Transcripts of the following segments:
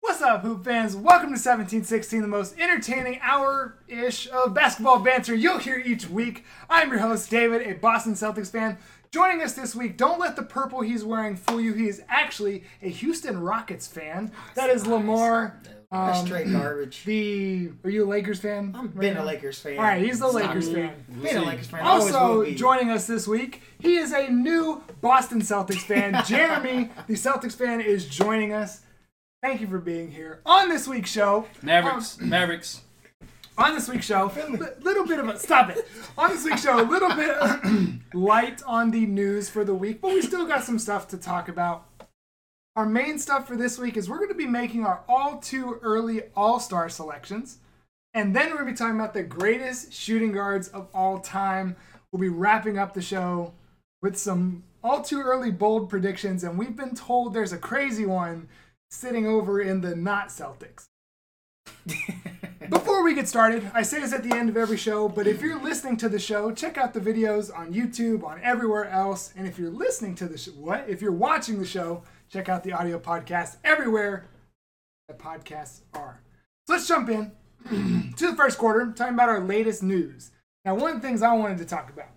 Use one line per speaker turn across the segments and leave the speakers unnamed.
What's up, Hoop fans? Welcome to 1716, the most entertaining hour ish of basketball banter you'll hear each week. I'm your host, David, a Boston Celtics fan. Joining us this week, don't let the purple he's wearing fool you. He is actually a Houston Rockets fan. That is Lamar.
That's
Um,
straight garbage.
the are you a Lakers fan?
I've
right
been a
now?
Lakers fan.
All right, he's the Lakers fan.
Been a Lakers fan. Always will
Also
be.
joining us this week, he is a new Boston Celtics fan. Jeremy, the Celtics fan, is joining us. Thank you for being here on this week's show. um,
Mavericks, Mavericks.
On this week's show, a little bit of a stop it. On this week's show, a little bit light on the news for the week, but we still got some stuff to talk about. Our main stuff for this week is we're going to be making our all too early All Star selections. And then we're going to be talking about the greatest shooting guards of all time. We'll be wrapping up the show with some all too early bold predictions. And we've been told there's a crazy one sitting over in the not Celtics. Before we get started, I say this at the end of every show, but if you're listening to the show, check out the videos on YouTube, on everywhere else. And if you're listening to the sh- what? If you're watching the show, check out the audio podcast everywhere that podcasts are. So let's jump in to the first quarter, talking about our latest news. Now, one of the things I wanted to talk about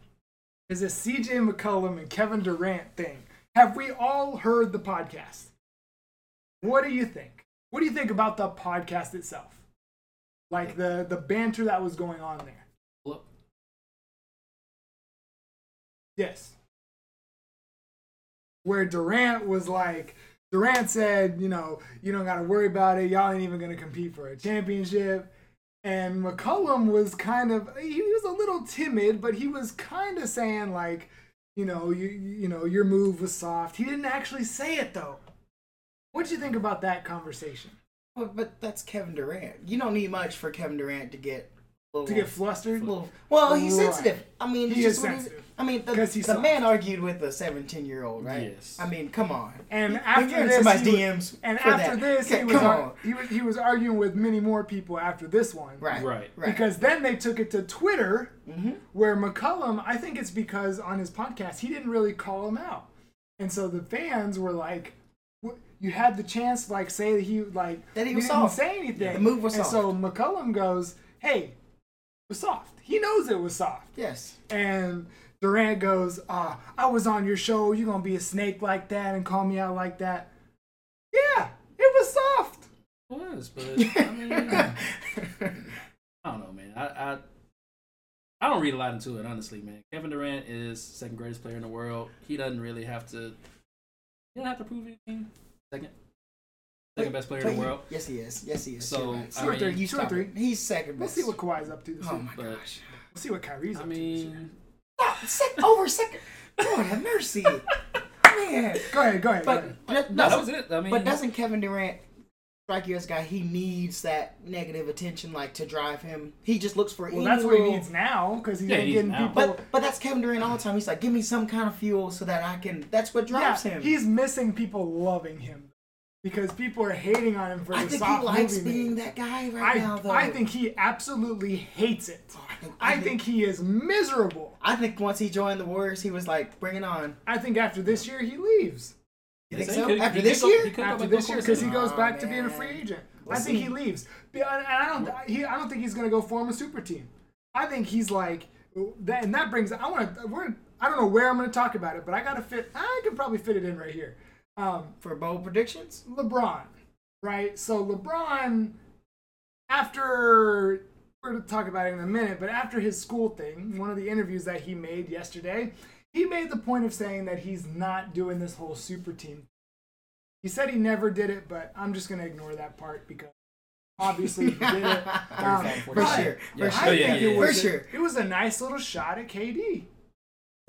is this CJ McCollum and Kevin Durant thing. Have we all heard the podcast? What do you think? What do you think about the podcast itself? Like the, the banter that was going on there.
Look,
Yes. Where Durant was like, Durant said, you know, you don't got to worry about it. Y'all ain't even going to compete for a championship. And McCollum was kind of, he was a little timid, but he was kind of saying, like, you know, you, you know, your move was soft. He didn't actually say it, though. What'd you think about that conversation?
But, but that's Kevin Durant. You don't need much for Kevin Durant to get. a
To
little-
get flustered?
little- well, he's
Right.
sensitive. I mean,
He
it's just
is
what he-
sensitive.
I mean, the,
'Cause he's
the
soft.
man argued with a 17 year old, right?
Yes.
I mean, come on.
And
You-
after
you're in
this,
somebody's
he was-
DMs.
And
for
after
that.
this,
Okay,
he was,
come
ar-
on.
he was he was arguing with many more people after this one,
Right.
Right.
Right. Mm-hmm.
Because then they took it to Twitter, where McCullum. I think it's because on his podcast he didn't really call him out, and so the fans were like, "Wh- "You had the chance, to, like say that he like
That he
you
was
didn't
soft.
say anything.
The move was
and
soft.
so McCullum goes, "Hey, it was soft. He knows it was soft."
yes.
And Durant goes, Ah, I was on your show. You're going to be a snake like that and call me out like that. Yeah, it was soft.
it was, but I mean, I don't know, man. I, I I don't read a lot into it, honestly, man. Kevin Durant is second greatest player in the world. He doesn't really have to. He doesn't have to prove anything. Second, second best player in the
But-
world.
Yes, he is. Yes, he is.
So,
You're right.
I
Two or
mean,
three.
you
Two or
stop
three.
it. He's second
We'll
best.
see what Kawhi's up to this
oh
year.
my
But-
gosh.
We'll see what Kyrie's
I
up to this year.
mean,
Oh, sec- over second. Lord have mercy. Man.
Go ahead, go ahead. go ahead.
But that,
no, that was it. I mean,
But doesn't Kevin Durant strike you as a guy? He needs that negative attention, like to drive him. He just looks for.
Well,
any
that's what he
little-
needs now because he's
Yeah,
been
he needs
getting
now.
people.
But but that's Kevin Durant all the time. He's like, give me some kind of fuel so that I can. That's what drives
yeah,
him.
he's missing people loving him because people are hating on him for
I
the
think
soft
he likes
movie
being
man.
that guy right
I,
now, though. Oh,
I think he absolutely hates it.
I think- I
I
think-
think he is miserable.
I think once he joined the Warriors, he was like, bring it on.
I think after this year he leaves.
You think
He
so?
could-
After
he
this
could go-
year?
he could go
after
back to
this year
Oklahoma
because he
City.
goes
Oh,
back to being a free
man.
agent. I think he leaves. Be- And I don't. He, I don't think he's gonna go form a super team. I think he's like that, and that brings. I want to. We're. I don't know where I'm gonna talk about it, but I gotta fit. I can probably fit it in right here. Um,
For bold predictions,
LeBron, right? So LeBron, after we're going to talk about it in a minute, but after his school thing, one of the interviews that he made yesterday, he made the point of saying that he's not doing this whole super team. He said he never did it, but I'm just going to ignore that part because obviously he did it. Um,
for
but
sure,
Yeah.
for
I
sure,
think
yeah, yeah,
it
yeah.
for
was
sure.
it was a nice little shot at KD,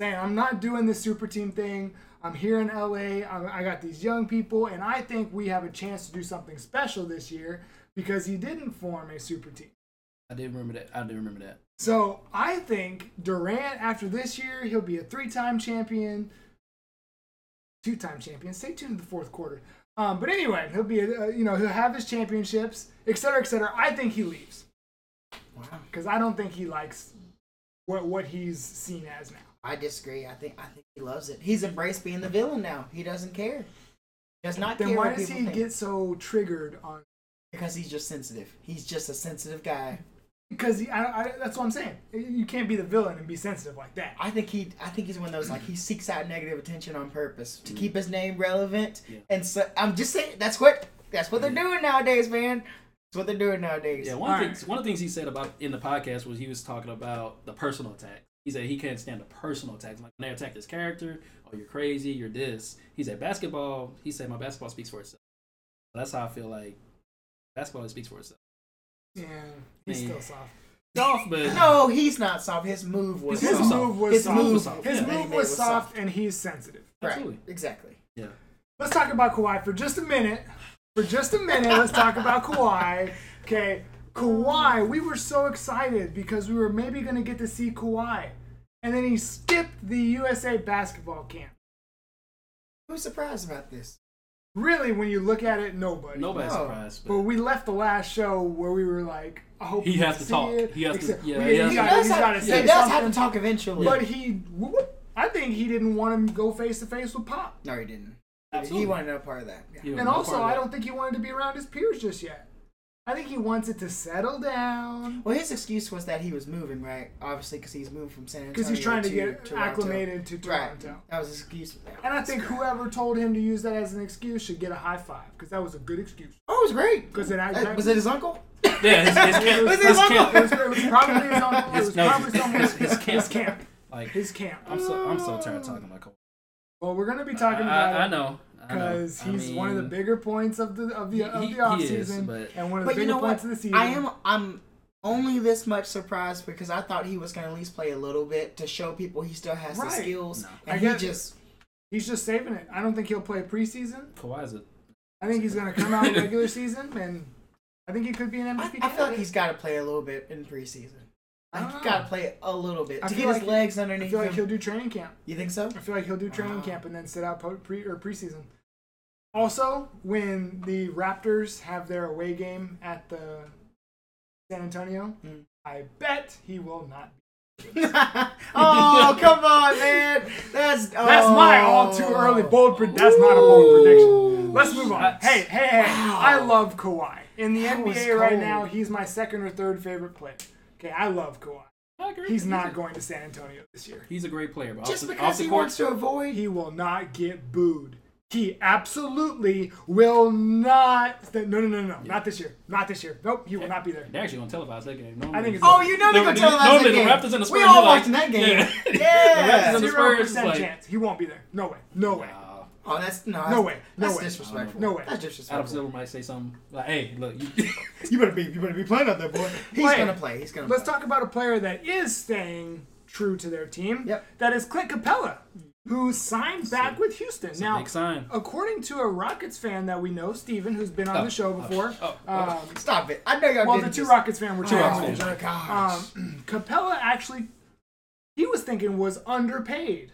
saying I'm not doing this super team thing. I'm here in LA. I'm, I got these young people, and I think we have a chance to do something special this year because he didn't form a super team.
I did remember that. I did remember that.
So I think Durant after this year he'll be a three-time champion, two-time champion. Stay tuned to the fourth quarter. Um, but anyway, he'll be a, uh, you know he'll have his championships, et cetera, et cetera. I think he leaves
Wow.
because I don't think he likes what what he's seen as now.
I disagree. I think I think he loves it. He's embraced being the villain now. He doesn't care. Does not
Then
care.
why
what
does
people
he
think.
get so triggered on
because he's just sensitive. He's just a sensitive guy.
Because he, I, I, that's what I'm saying. You can't be the villain and be sensitive like that.
I think he, I think he's one of those like he seeks out negative attention on purpose to keep his name relevant.
Yeah.
And so I'm just saying that's what that's what they're doing nowadays, man. That's what they're doing nowadays.
Yeah, one of
All
the things one of the things he said about in the podcast was he was talking about the personal attack. He said he can't stand the personal attacks. Like when they attack his character, oh you're crazy, you're this. He said basketball. He said my basketball speaks for itself. That's how I feel like basketball speaks for itself.
Yeah, he's
Yeah.
still soft.
Soft, but
No, he's not soft. His move was
His
His
soft.
move was
His
soft.
move-
His
yeah.
That he
move
made
was
was
soft, and he's sensitive.
Right.
Absolutely.
Exactly.
Yeah.
Let's talk about Kawhi for just a minute. For just a minute, let's talk about Kawhi. Okay, Kawhi, we were so excited because we were maybe going to get to see Kawhi. And then he skipped the USA basketball camp.
Who's surprised about this?
Really, when you look at it, nobody.
Nobody's
No.
surprised.
But
But
we left the last show where we were like, I hope
He
we
has to
see
talk.
It.
He has to-
Except-
yeah,
we-
he has
he's
to-
gotta- he's
have-
got to
he
say
does have
something.
to talk eventually.
But he, I think he didn't want him to go face to face with Pop.
no, he didn't.
Absolutely.
He wanted no part of that. Yeah.
you know,
And
no
also,
part of
I
that.
don't think he wanted to be around his peers just yet. I think he wants it to settle down
Well, his excuse was that he was moving, right? Obviously, because he's moved from San Antonio
because he's trying to get
Toronto.
acclimated to
Right.
Toronto.
That was his excuse.
And I think whoever told him to use that as an excuse should get a high five because that was a good excuse.
Oh, it was great.
'Cause it-
Uh, was it his uncle?
Yeah, his,
It
his camp.
was,
Was
it
it
His
was,
local?
camp.
it was, probably his own. It
His-
was
no,
probably
his-
someone.
his- his camp.
His camp.
Like
His camp.
I'm so I'm so tired of talking about Kobe.
Well, we're gonna be talking
I, I, I
about it
know I know.
because
I
he's one of the
mean,
bigger points of the of the of
He-
the
he is,
offseason
but-
and one of the
But you
bigger
know
points
what?
of the season.
I am. I'm only this much surprised because I thought he was going to at least play a little bit to show people he still has
Right.
the skills,
No.
I
and he
get it.
just
He's just saving it. I don't think he'll play preseason.
Kawhi's a
I think he's going to come out in regular season, and I think he could be an
I,
MVP.
I feel like
candidate.
he's got to play a little bit in preseason.
I
Like,
don't
he's
know.
got to play a little bit
Ah. I
to
feel
get
like
his
he-
legs
I
underneath
feel like
him. Uh-huh.
he'll do training camp.
You think so?
I feel like he'll do training
Wow.
camp and then sit out po- pre or preseason. Also, when the Raptors have their away game at the San Antonio,
Mm.
I bet he will not.
oh come on, man! That's
That's
Oh.
Oh. my all too early bold. Pre- that's not a bold prediction. Let's move on.
Shots.
Hey, hey, hey!
Wow.
I love Kawhi in the
That was
NBA right
cold.
now. He's my second or third favorite player. Okay, I love Kawhi.
I agree.
He's not
a-
going to San Antonio this year.
He's a great player, but
Just
off the, off
because
the
he
court,
wants to avoid.
he will not get booed. He absolutely will not. No, no, no, no, no. not this year. Not this year. Nope, he will not be there.
They're actually gonna televise that game.
I think it's-
Oh, you know they're gonna tell us that
Normally,
game.
the Raptors and the Spurs.
we all
you're like,
watching that game.
Yeah.
Yeah.
The Raptors and the
Zero
Spurs.
percent
Like,
chance. He won't be there. No way. No way.
wow.
Oh, that's no. That's,
No way. No
that's
way.
disrespectful.
No way.
That's
Adam
disrespectful.
Silver might say something like, "Hey, look, you,
You better be. You better be playing out there, boy. He's
Play.
gonna play. He's gonna.
Let's
play.
talk about a player that is staying true to their team.
Yep.
That is Clint Capella, who signed back with Houston.
it's a
Now,
big sign."
according to a Rockets fan that we know, Steven, who's been on
Oh,
the show
oh,
before,
oh,
um,
Stop it. I know y'all
well,
did
the two
this.
Rockets fan were
Oh,
two
Rockets fans.
my gosh.
um, Capella actually, he was thinking was underpaid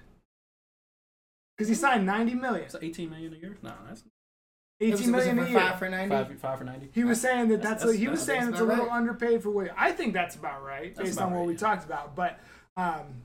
because he signed ninety million,
It's 18 million a year. No, that's
It was-
eighteen
it was
million
for
a year.
Five for ninety.
five, five for 90.
he was saying that that's,
That's-
a, he
that's-
was
that's
saying it's a
about
little
right.
underpaid for what I think that's about right
That's
based
about
on what
right,
we
yeah.
talked about. But um,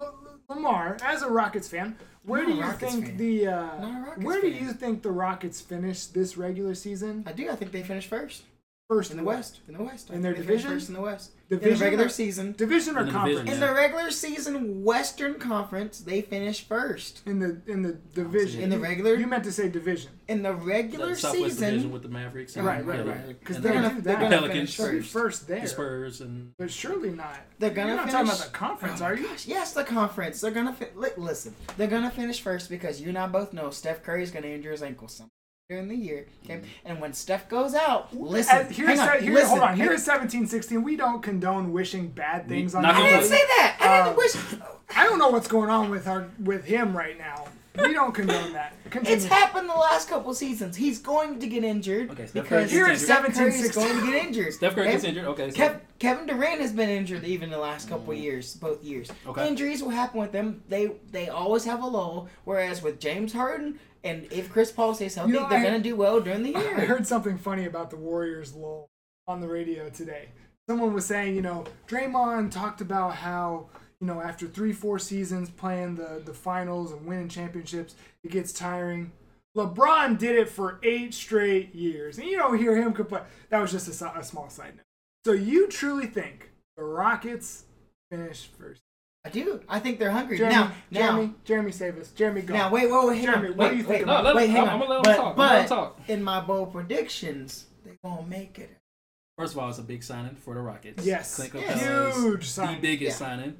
L- Lamar, as a Rockets fan, where
Not
do
a
you
Rockets
think
fan.
the uh,
Not a Rockets
where do
fan.
you think the Rockets finish this regular season?
I do. I think they finished first
First
in the West. In the West. I
In
think
their
they finished
division?
First in the West. In
Division
the
or-
regular season.
division or
In the
conference?
division,
In the regular season Western Conference, they finished first.
In the in the division.
In the
You-
regular-
You meant to say division.
In the regular
The Southwest Division
season,
with the Mavericks.
Right,
and
right,
the-
right.
Because
and
they're
the-
gonna, they're
they're
gonna
gonna
Pelicans.
finish
be
first.
first there,
the Spurs and
but surely not.
They're gonna
You're not talking
finish-
about the conference,
Oh my
are you?
gosh, Yes, the conference. They're gonna fi- li- listen. They're gonna finish first because you and I both know Steph Curry's gonna injure his ankle sometime during the year. Okay,
Mm-hmm.
and when Steph goes out, listen.
As- here's
hang on,
se- here,
listen,
hold on. Here
hang-
is 1716. We don't condone wishing bad things on.
not
I
gonna
anybody.
didn't say that. I
Um,
Oh.
didn't wish.
I don't know what's going on with our with him right now. We don't condone that. Continue.
It's happened the last couple seasons. He's going to get injured
Okay, Steph Curry
because
Here is
Steph Curry's
17-16.
going to get injured.
Steph Curry gets
Okay?
injured. Okay, so
Kev- Kevin Durant has been injured even the last couple years, both years.
Mm. Okay.
Injuries will happen with them. They they always have a lull. Whereas with James Harden and if Chris Paul stays healthy,
You know,
they're
I-
gonna do well during the
I
year.
heard something funny about the Warriors lull on the radio today. Someone was saying, you know, Draymond talked about how, you know, after three, four seasons playing the, the finals and winning championships, it gets tiring. LeBron did it for eight straight years, and you don't hear him complain. That was just a, si- a small side note. So you truly think the Rockets finish first?
I do. I think they're hungry
Jeremy,
now. Now,
Jeremy, Jeremy, save us. Jeremy, go.
now, wait, wait, wait, hang
Jeremy,
on.
what
wait,
do you think
wait,
about-
No, let-
wait, hang
I'm-
on.
I'm gonna let him
but,
talk. I'm
But
gonna let him talk.
in my bold predictions, they won't make it.
First of all, it's a big signing for the Rockets.
Yes.
Clint
Yes.
Capella is
Huge
the
signing.
biggest
Yeah.
signing.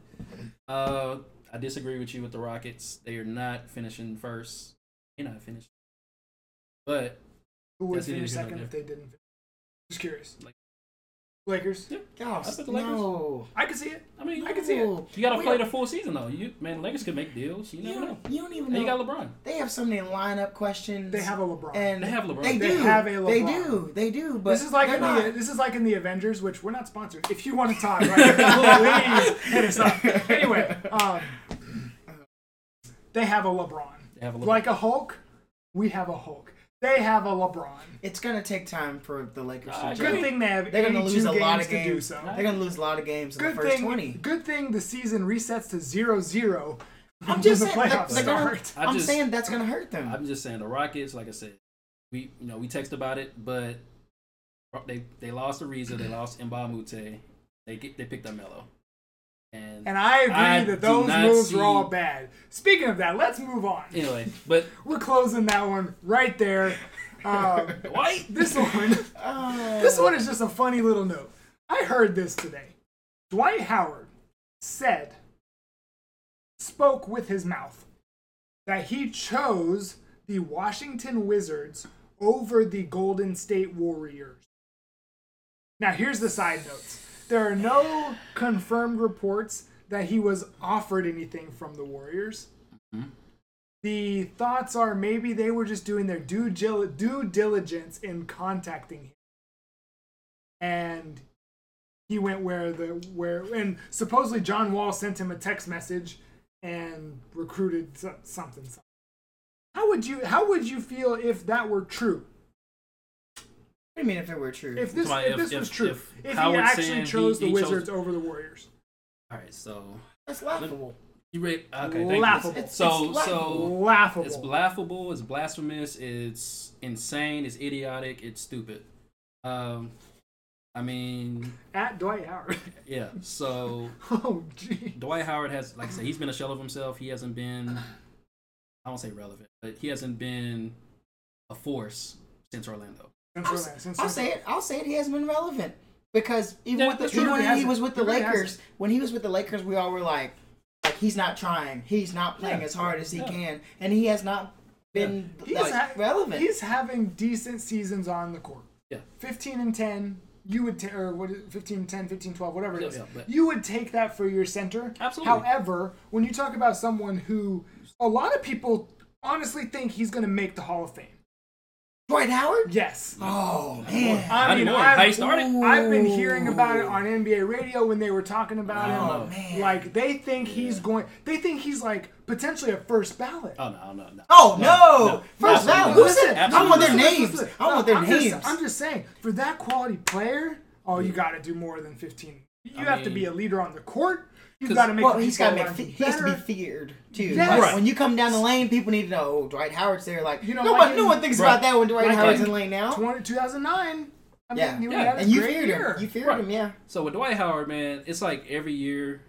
Uh, I disagree with you with the Rockets. They are not finishing first. You're not finishing. But
Who would
Yes, it
finish
is a good
second if they didn't? finish? Just curious.
Like-
Lakers.
Y'all,
I said the Lakers.
no.
I can see it.
I mean,
I can see it.
No.
you gotta
We
play
don't-
the full season though. You man, the Lakers could make deals. You
You
never know.
don't, you don't even
And
know.
you got LeBron.
they have so many lineup questions.
They have a LeBron.
and
They have LeBron.
They,
They
do.
have a
They
LeBron.
do. They do. But
this is like
they're
in
not.
the, this is like in the Avengers, which we're not sponsored. If you want to talk, right, please hit us up. Anyway, um, they have a LeBron,
They have a LeBron.
like um, a Hulk. We have a Hulk. They have a LeBron.
It's gonna take time for the Lakers.
Ah,
to
good
Good
gel.
thing they have
They're gonna
82
lose a lot of
games to do
games.
so.
They're gonna lose a lot of games in
Good
the first
thing.
twenty.
Good thing the season resets to 0-0
I'm just
when the
saying.
playoffs
they're gonna,
start.
I
I'm
just-
saying that's gonna hurt them.
I'm just saying the Rockets. Like I said, we you know we text about it, but they they lost Ariza, they lost Mbamute, they get, they picked up Melo, and,
And I agree
I
that
do
those
not
moves were all
see-
bad. Speaking of that, let's move on.
anyway, but
We're closing that one right there. Um,
Dwight
this one,
Oh.
this one is just a funny little note. I heard this today. Dwight Howard said, spoke with his mouth, that he chose the Washington Wizards over the Golden State Warriors. Now, here's the side notes there are no confirmed reports that he was offered anything from the Warriors. The thoughts are maybe they were just doing their due, gil- due diligence in contacting him. And he went where the where and supposedly John Wall sent him a text message and recruited so- something something. How would you how would you feel if that were true?
I mean, if it were true,
If this,
Come on,
if
if-
this
if-
was true,
if
if, he
Howard
actually
saying he-
chose the
he chose-
Wizards over the Warriors,
all right, so
that's laughable.
you read okay, thank
Laughable.
You.
It's-
So
it's
so
laughable.
it's laughable, it's blasphemous, it's insane, it's idiotic, it's stupid. Um, I mean,
At Dwight Howard.
yeah. So
oh gee.
Dwight Howard has, like I said, he's been a shell of himself. He hasn't been, I won't say relevant, but he hasn't been a force since Orlando.
Since
I'll,
we're
s-
last, since
I'll
we're
say
last.
it. I'll say it. He hasn't been relevant because even
Yeah,
with the,
that's true.
He
even when he
hasn't.
was with the
He really
Lakers,
hasn't.
when he was with the Lakers, we all were like, like he's not trying, he's not playing
Yeah.
as hard as he
Yeah.
can, and he has not been
He's,
like,
ha-
relevant.
he's having decent seasons on the court.
Yeah.
15 and 10, you would ta- or what is it, 15 10, 15 12, whatever it
Yeah,
is.
yeah, but-
you would take that for your center.
Absolutely.
However, when you talk about someone who a lot of people honestly think he's going to make the Hall of Fame.
Dwight Howard.
Yes.
Oh man.
I
Not
mean,
anymore.
I've-
How you started?
I've been hearing about it on NBA radio when they were talking about
Oh,
him.
man.
Like they think he's going they think he's like potentially a first ballot.
Oh no, no, no.
Oh no! First
Absolutely
round.
not.
Who said? I
Absolutely
want their
not.
Listen,
names.
listen,
I want their
I'm
names.
Just, I'm just saying, for that quality player, oh, you got to do more than 15. You have to be a leader on the court. You
'Cause-
got to make.
Well,
the
he's got
people
to make.
around
Fe-
you
he has to be
better.
feared too.
Yes.
Like,
Right.
When you come down the lane, people need to know. Oh, Dwight Howard's there. Like
You know,
no,
like
one, no
in-
one thinks
Right.
about that when Dwight
Like
Howard's
in
in lane now.
20, 2009. I mean,
Yeah.
he
Yeah,
had a
and you
great
feared
year.
him. You feared
Right.
him. Yeah.
So with Dwight Howard, man, it's like every year,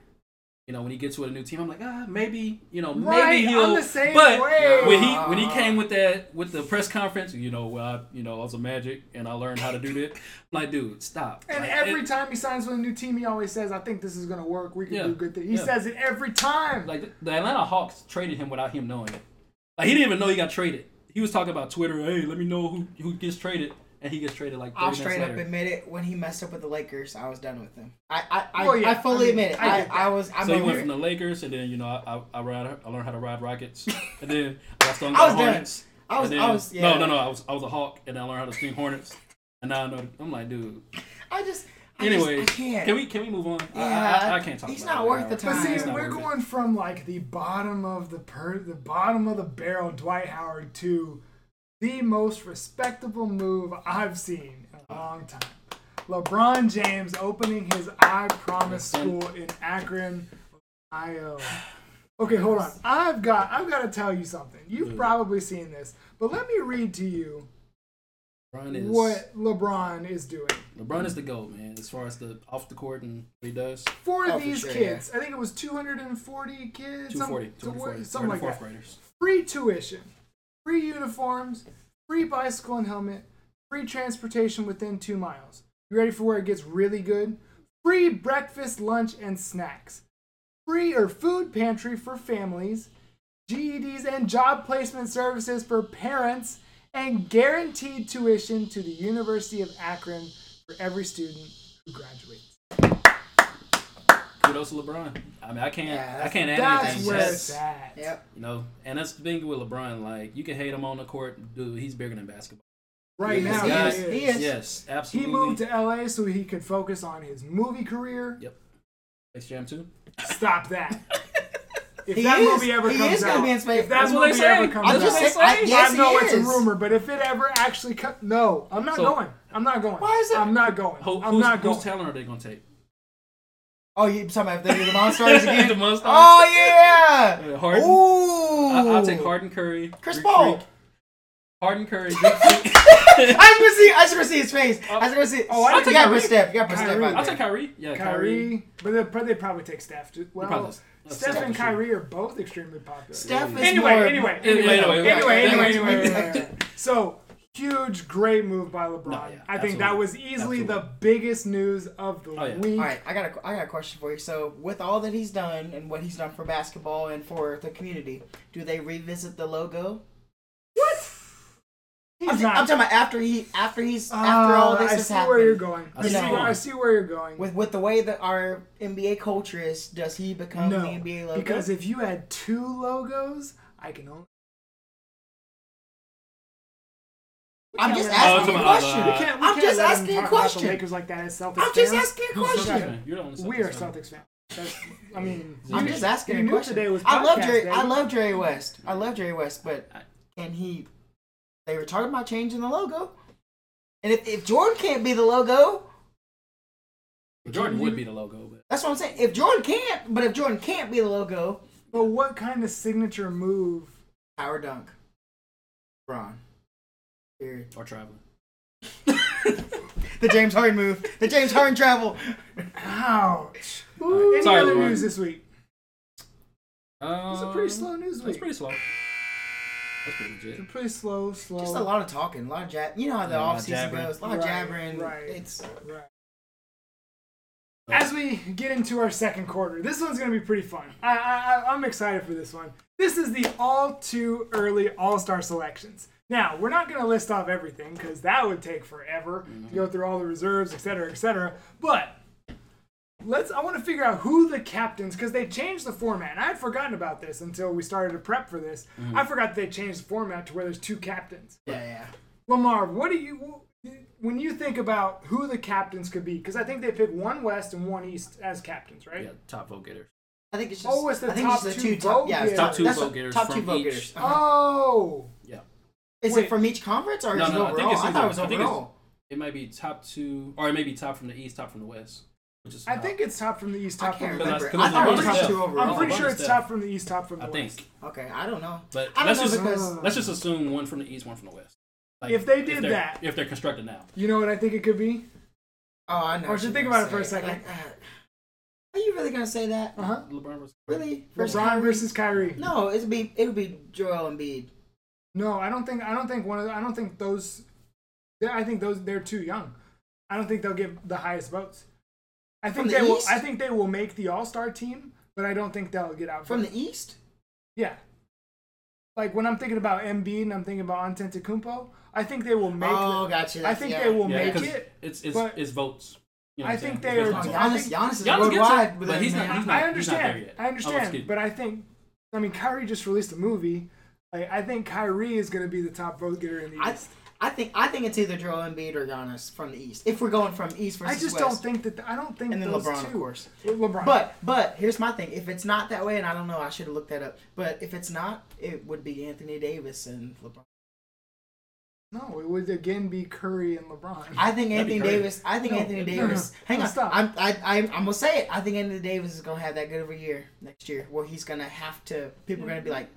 you know, when he gets with a new team, I'm like, ah, maybe, you know,
Right,
maybe
I'm
he'll.
the same
but
way.
when he when he came with that with the press conference, you know, well, I, you know, I was a magic and I learned how to do that. I'm like, dude, stop.
and
Like,
every
it-
time he signs with a new team, he always says, "I think this is going to work. We can
Yeah.
do good things." He
Yeah.
says it every time.
like the Atlanta Hawks traded him without him knowing it. Like he didn't even know he got traded. He was talking about Twitter. Hey, let me know who who gets traded, and he gets traded like 30
I'll
minutes
straight up
later.
admit it. When he messed up with the Lakers, I was done with him. I I, I,
Well, yeah,
Oh, I fully
I mean,
admit it.
I
I,
get
I,
that.
was I'm
so he
over
went
it.
from the Lakers, and then you know I I, I ride I learned how to ride rockets, and then I got stung
I
by
was done.
hornets.
I was
and then,
I was yeah.
no no no I was I was a hawk, and I learned how to sting hornets, and now I know I'm like dude.
I just I just-
Anyways,
I can't.
can we can we move on? I-
Yeah,
I, I, I can't talk.
he's
about
not
it.
worth the
But
time.
see,
It's
not
we're
worth it.
going from like the bottom of the per- the bottom of the barrel, Dwight Howard, to the most respectable move I've seen in a long time. LeBron James opening his I Promise
Listen.
School in Akron, Ohio. Okay, hold on. I've got I've got to tell you something. You've
Ooh.
probably seen this, but let me read to you
LeBron is
what LeBron is doing
LeBron is the goat, man. As far as the off the court and what he does,
for
Oh, for
these
sure,
kids. I think it was 240 kids,
two forty,
some-
two forty,
something
third
like
and
that.
fourth graders.
Free tuition, free uniforms, free bicycle and helmet, free transportation within two miles. You ready for where it gets really good? Free breakfast, lunch, and snacks. Free or food pantry for families. GEDs and job placement services for parents, and guaranteed tuition to the University of Akron for every student who graduates.
Kudos to LeBron. I mean, I can't,
Yeah,
I
that's-
can't add
That's
anything.
Anything
where
else?
it's
That's-
at.
Yep.
you know, and that's the thing with LeBron. Like, you can hate him on the court, dude. He's bigger than basketball.
Right
He
now,
is,
he
he
is.
he is.
Yes,
He
absolutely.
moved to LA so he could focus on his movie career.
Space Jam too.
Stop that. If
He
that
is.
movie ever
He
comes
is
out,
gonna be in space.
if that
That's what they
movie
say.
ever comes
I'm
out,
just saying.
That's
I,
what
yes,
I know
he
it's a
is.
rumor, but if it ever actually comes, no, I'm not
So-
going. I'm not going.
Why is it-
I'm not going.
Who,
I'm
who's,
not going.
whose talent are they gonna take?
Oh, you talking about if they do the monsters again?
The Monstars.
Oh yeah.
Uh, Harden.
Ooh.
I, I'll take Harden Curry.
Chris
Greek
Paul.
Freak. Harden Curry. Greek Freak.
I was gonna see. I was gonna see his face. I was gonna see. Oh,
I'll
I
take
you got
Kyrie.
wrist step. You got wrist step.
Kyrie.
out
I'll
there.
take Kyrie. Yeah, Kyrie.
Kyrie, but they, but they probably take Steph too. Well,
probably- uh,
Steph
Steph
and
for sure.
Kyrie are both extremely popular.
Steph is
Anyway,
more-
anyway,
Yeah,
anyway,
yeah,
anyway,
yeah.
anyway,
Yeah.
anyway, anyway, anyway. So huge, great move by LeBron.
No, yeah,
I think that
absolutely.
was easily the
Absolutely.
biggest news of the
Oh, yeah.
week.
All right, I got a, I got a question for you. So, with all that he's done and what he's done for basketball and for the community, do they revisit the logo?
What? He's
I'm, t-
not.
I'm talking about after he after he's after
Ah,
all this
I
has
see where you're
happened.
going. I
You
see,
know.
where, I see where you're going.
With with the way that our NBA culture is, does he become the
no,
NBA logo?
because if you had two logos, I can only. We
I'm
can't
just
let him-
asking
Oh,
a
come on,
question.
We can't, we
I'm
can't
just
let him
asking a
talk about the
question.
Lakers like that as Celtics
I'm just
fans.
asking a
Who's Celtics
Shut up.
question.
fan? You're the only
We are
Celtics fan.
Celtics fans. That's, I mean,
Yeah.
I'm
you
just
knew-
asking
you
a
knew
question.
Today was
I love
podcast
Jerry.
day.
I love Jerry West. I love Jerry West, but can he? They were talking about changing the logo, and if, if Jordan can't be the logo,
Jordan would be the logo, but
That's what I'm saying. If Jordan can't, but if Jordan can't be the logo,
But what kind of signature move?
power dunk. Braun. Period.
or traveling.
The James Harden move. The James Harden travel.
Ouch.
All right.
Any
Sorry,
other
Lauren.
news this week?
Um,
It's a pretty slow news
It's
week.
pretty slow. That's pretty legit.
It's pretty slow, slow.
Just a lot of talking, a lot of jab. You know how the
Yeah, a lot
off
of
season
jabbering.
goes. A lot of
Right,
jabbering.
right.
It's
Right. As we get into our second quarter, this one's going to be pretty fun. I, I, I- I'm excited for this one. This is the all too early All Star selections. Now, we're not going to list off everything because that would take forever to go through all the reserves, et cetera, et cetera. But let's, I want to figure out who the captains, because they changed the format. And I had forgotten about this until we started to prep for this. I forgot they changed the format to where there's two captains.
yeah, yeah.
Lamar, what do you when you think about who the captains could be? Because I think they pick one West and one East as captains, right?
Yeah, top vote getter.
I think it's just.
Oh, it's the
I think
top
it's the
two
two top.
vote
Yeah, it's
getters.
Top two
that's
vote
what-
getters
Top two
from
vote
each.
getters. Uh-huh.
Oh,
Yeah.
Is
wait.
it from each conference or
No,
is it
no, I
overall?
think
I,
it's
thought it was
either- I think it's-
overall.
It might be top two, or it may be top from the east, top from the west. Which is
I
how-
think it's top from the East,
I
top
can't
from the
Because
remember.
that's-
I
because
thought it was
it's Lamar.
top two overall.
I'm pretty sure it's
Lamar.
top from the East, top from the
I
West.
think.
Okay, I don't know.
But
I don't
let's
know
just
because oh,
Uh,
let's just assume one from the east, one from the west. Like,
If they did
they're-
that-
if they're constructed now,
You know what I think it could be?
Oh, I know.
Or
what
should
you're
think
gonna
about it for a
say.
second.
Like, uh, are you really gonna say that?
Uh huh.
LeBron was
Really? Versus
LeBron
Kyrie?
versus Kyrie.
No, it'd be it would be Joel Embiid.
No, I don't think. I don't think one of. the- I don't think those. yeah, I think those. They're too young. I don't think they'll get the highest votes. I
From
think
the
they will.
East?
I think they will make the All Star team, but I don't think they'll get out
From the East?
Yeah. Like when I'm thinking about Embiid and I'm thinking about Antetokounmpo, I think they will make.
oh,
the,
gotcha.
I
that's-
think
yeah.
they will
Yeah,
make
'cause
it.
It's it's,
but-
it's votes. You know
I
what I'm
think
saying?
they
It's
are-
Oh,
based on
I
votes.
Giannis, Giannis is
Giannis gets it,
worldwide,
but
that
he's
man.
not- he's
I
he's not there
understand.
yet.
I
Oh, excuse
understand.
me.
But I think, I mean, Kyrie just released a movie. Like, I think Kyrie is going to be the top vote getter in the
I,
East.
I think I think it's either Joel Embiid or Giannis from the East. If we're going from East
I,
versus
just
West.
don't think that. I don't think
And then
those
LeBron,
two.
of course.
LeBron.
But but here's my thing. If it's not that way, and I don't know, I should have looked that up. But if it's not, it would be Anthony Davis and LeBron.
No, it would again be Curry and LeBron.
I think
That'd be
Anthony
great.
Davis. I think
No,
Anthony
no,
Davis.
no,
Hang
no,
on,
stop.
I'm, I, I'm, I'm gonna say it. I think Anthony Davis is gonna have that good of a year next year, where he's gonna have to. People are gonna be like,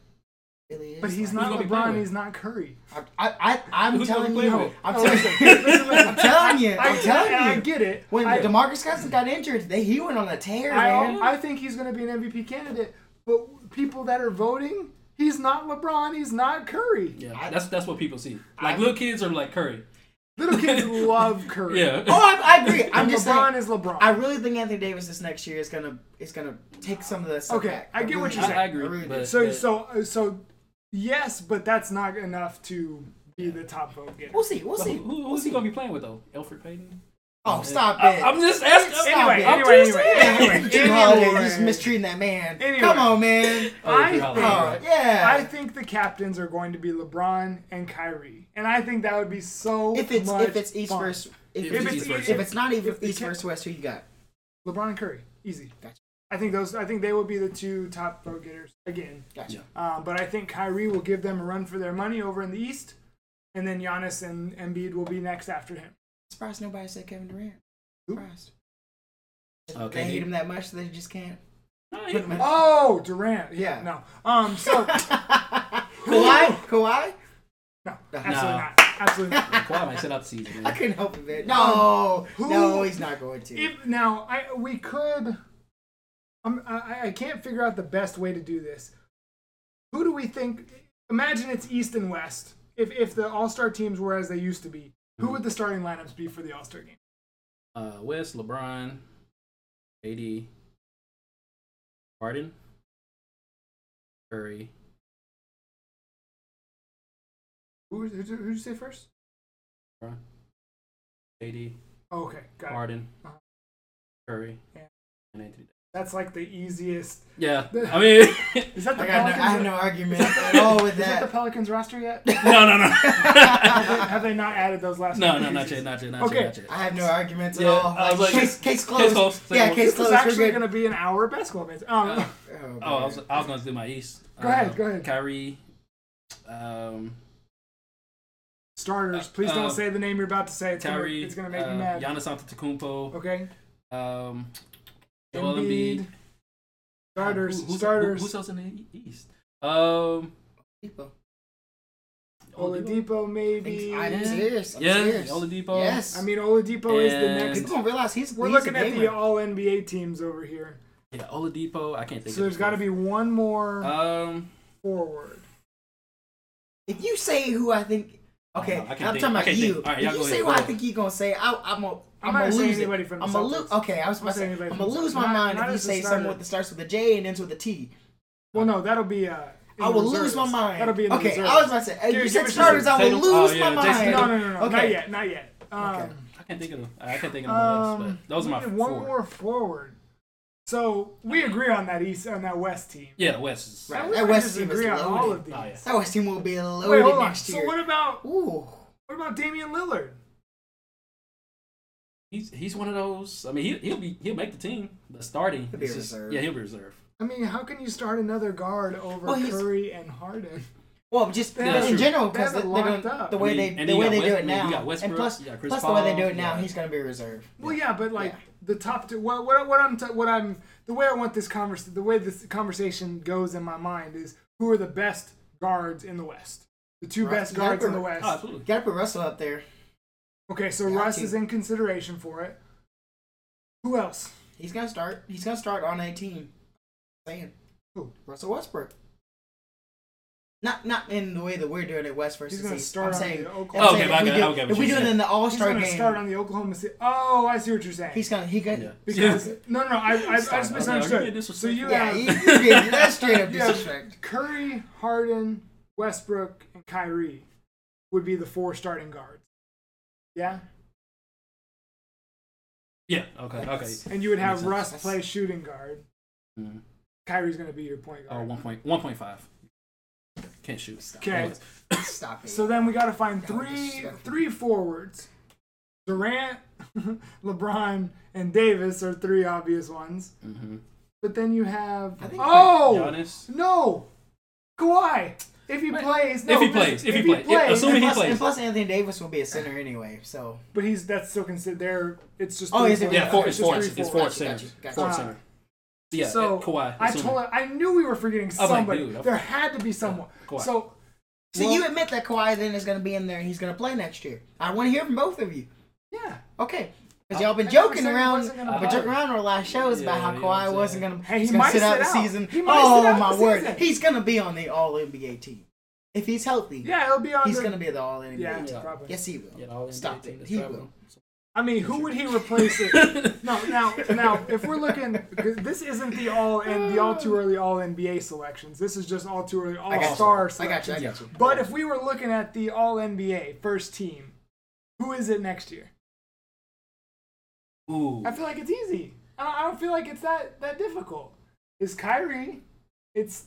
really is
but he's
like-
not
gonna be
LeBron.
playing?
He's not Curry.
I, I, I am
Who's gonna
telling
play
you.
with?
I'm
Oh,
telling
listen,
you.
listen, listen.
I'm telling you.
I-
I'm telling
I, I
you.
get it.
When
I,
Demarcus Cousins got injured, they, he went on a tear, man.
I, I think he's going to be an MVP candidate, but people that are voting, he's not LeBron. He's not Curry.
Yeah,
I-
that's that's what people see. Like little kids are like Curry.
Little kids love Curry.
Yeah.
oh, I, I agree. I'm
And
just
LeBron
saying.
is LeBron.
I really think Anthony Davis this next year is gonna is gonna take some of this.
Okay,
back.
I get
really
what you're
do.
saying.
I, I agree.
really
but,
so
but-
so so yes, but that's not enough to be the top vote getter.
We'll see. We'll
but who,
see.
who- who's he gonna be playing with though? Alfred Payton.
Oh, stop it.
I, am just asking.
Stop
Anyway,
it.
I'm
anyway,
just
anyway,
saying.
anyway,
Anyway, Jim Holiday just mistreating that man.
Anyway.
Come on, man.
I
Oh,
think-
Oh,
Right.
I
yeah.
think the captains are going to be LeBron and Kyrie, and I think that would be so.
if it's
much
if it's East
fun.
versus if,
If
it's,
it's
East-
East versus-
if it's not even
if the
East
ca-
versus West, who you got?
LeBron and Curry, easy.
Gotcha.
I think those. I think they will be the two top vote getters again.
Gotcha.
Yeah.
Um, but I think Kyrie will give them a run for their money over in the East, and then Giannis and Embiid will be next after him.
Surprised nobody said Kevin Durant.
Who?
Surprised.
Okay,
they hate
he-
him that much they just can't.
Oh, yeah.
Oh, Durant. Yeah.
Yeah.
No. Um. So
Kawhi, Kawhi.
no.
No.
Absolutely
No.
not. Absolutely not.
Kawhi might sit out the season.
I
man.
couldn't help it, man. No,
Who-
no, he's not going to.
If now I we could, I'm, I I can't figure out the best way to do this. Who do we think? Imagine it's East and West. If if the All Star teams were as they used to be, who would the starting lineups be for the All Star game?
Uh, West, LeBron, AD, Harden, Curry.
Who who who did you say first?
AD,
Oh, okay, got it.
Harden,
Uh-huh.
Curry,
Yeah.
and Anthony. Davis.
That's like the easiest.
Yeah, I mean,
Is that the
I, got no, I
Pelicans?
have no argument at all with
is that the
that.
Pelicans roster yet?
no, no, no,
have, they, have they not added those last?
no,
few
no, not
pieces?
yet, not yet, not
Okay.
yet, not yet.
I have no arguments at
Yeah,
all.
I was
Like,
like-
case, case closed.
closed, same
Yeah,
one.
case
This
closed.
is
We're
actually
good.
going to be an hour basketball match. Um,
Uh,
Oh,
Oh, I
man.
was, I was gonna do my East.
Go ahead, go ahead.
Kyrie, um,
starters,
uh,
please don't
uh,
say the name you're about to say. It's gonna-
Kyrie.
it's going to make
uh,
me mad.
Giannis Antetokounmpo.
Okay.
Um, Joel Embiid.
Starters.
Who- who's-
starters.
Who, who's else in the E- East? Um,
People.
Oladipo.
Oladipo, maybe.
I'm
I,
Yeah.
serious. I'm
Yeah,
serious.
Oladipo.
Yes.
mean, Oladipo is the
And-
next.
people don't realize he's.
We're
he's
looking
a
at the
gamer.
all NBA teams over here.
Yeah, Oladipo. I can't think.
So
of
there's got to be one more
Um,
forward.
If you say who I think. Okay,
no, I
I'm
can't
talking
think. I
about
can't
you.
think. All right,
if
y'all
you
go
say
ahead,
who
go
I
ahead.
think you're gonna say, I, I'm gonna. I'm,
I'm
gonna
not saying
lose it.
anybody from the
I'm gonna lose.
Celtics.
Okay, I was about
saying
to say. I'm
anybody
gonna
from-
lose my
not-
mind
not
if you
as a
say
starter.
someone that starts with a J and ends with a T.
Well, no, that'll be. Uh, in
I
the
will
reserves.
lose my mind.
That'll be in the
okay,
reserves.
I was about to say.
Give-
you
give
said
us
starters,
your-
I will
Tatum-
lose
oh,
my
yeah, Jason
mind.
Tatum.
No, no, no, no, not
Okay.
yet, not yet. Um,
Okay.
I can't think of them. I can't think of them.
um,
Um, but those are my
one
four.
more forward. So we agree on that East on that West team.
Yeah, West. Is,
I
Right. that
would
West
just
team is
agree on all
loaded.
of these.
Oh, yeah.
That West team will be loaded
Wait, hold on.
next year.
So what about
Ooh,
what about Damian Lillard?
He's he's one of those. I mean, he he'll be he'll make the team, but starting.
He'll be
it's
a
just-
reserve.
Yeah, he'll be reserve.
I mean, how can you start another guard over
Well, he's-
Curry and Harden?
well, just
They
haven't-
in general
they
because the,
haven't
they're
locked
gonna-
up.
the
I
way
mean,
they
and
the
you
way
got
they do
West-
it
you
now,
got
and
Westbrook,
plus
you got Chris
plus the way they do
Paul,
it now,
yeah.
he's gonna be reserved.
Well, yeah, but like
Yeah.
the top two. What what what I'm t- what I'm the way I want this convers the way this conversation goes in my mind is who are the best guards in the West? The two
Right.
best guards in the
Yeah.
West.
Oh, absolutely.
You gotta put Russell up there.
Okay, so
Yeah,
Russ
team.
is in consideration for it. Who else?
He's gonna start. He's gonna start on a team. Saying
Who?
Russell Westbrook. Not not in the way that we're doing it, West versus
gonna
East.
start
I'm
on
saying,
the
I'm
Oklahoma-
saying
Okay,
if
I
we
got-
do,
I get what
if we
you're
do it
saying.
in the All
He's
Star
going to
game,
start on the Oklahoma City. Oh, I see what you're saying.
he's gonna he got.
Yeah.
because no, no, no, I, I, I
Sorry,
just
no, no,
misunderstood.
you get
so
disrespectful.
you
Yeah,
have
you, you get, that's straight up
Yeah.
disrespect.
Curry, Harden, Westbrook, and Kyrie would be the four starting guards. Yeah,
Yeah. Okay. Okay.
Yes.
and you would have
Makes sense.
Russ play shooting guard.
Mhm.
Kyrie's going to be your point
Or
guard.
Oh, one point one point five. Can't shoot.
Okay.
Anyways.
Stop it.
So then we got to find
That was
three
disrespectful.
three forwards. Durant, LeBron, and Davis are three obvious ones.
Mhm.
But then you have
I think-
oh
Giannis.
no, Kawhi. If he plays, no,
If he
because
plays, if he plays. Yeah, assume- Assuming
and
he
plus,
plays.
and plus Anthony Davis will be a center anyway, so
but he's that's still considered there. It's just
Oh,
three
is it-
fours.
Yeah, four, it's
just
four.
three
It's, it's four
fours.
Gotcha,
center.
gotcha,
Four
gotcha.
center. Yeah,
So
at Kawhi.
I
assuming.
told her I knew we were forgetting
I'm like,
somebody.
dude, I'm-
there had to be someone.
Kawhi.
So
So
Well-
you admit that Kawhi then is going to be in there and he's going to play next year. I want to hear from both of you.
yeah,
Okay. Because y'all been
I never said
joking
he
around,
wasn't gonna
been
play.
joking around on the last shows about how
Yeah, yeah,
Kawhi
I'm
wasn't
saying.
gonna,
Hey, he
he's gonna
might
sit out
sit
the
out.
season.
He might
Oh
sit out
my
the
word,
season.
he's gonna be on the All NBA team if he's healthy.
yeah, it'll be on.
he's
the,
gonna be uh, the All NBA
yeah,
team.
probably.
Yes, he will.
Yeah, the All-NBA
Stop
team
it.
that's
He
traveling.
will.
I mean, who would he replace? It? no, now, now, if we're looking, 'cause this isn't the all and the all too early all NBA selections. This is just all too early all
got you.
star
I got
selections.
you. I
Yeah.
got you.
But if we were looking at the all NBA first team, who is it next year?
Ooh.
I feel like it's easy. I don't, I don't feel like it's that that difficult. It's Kyrie. It's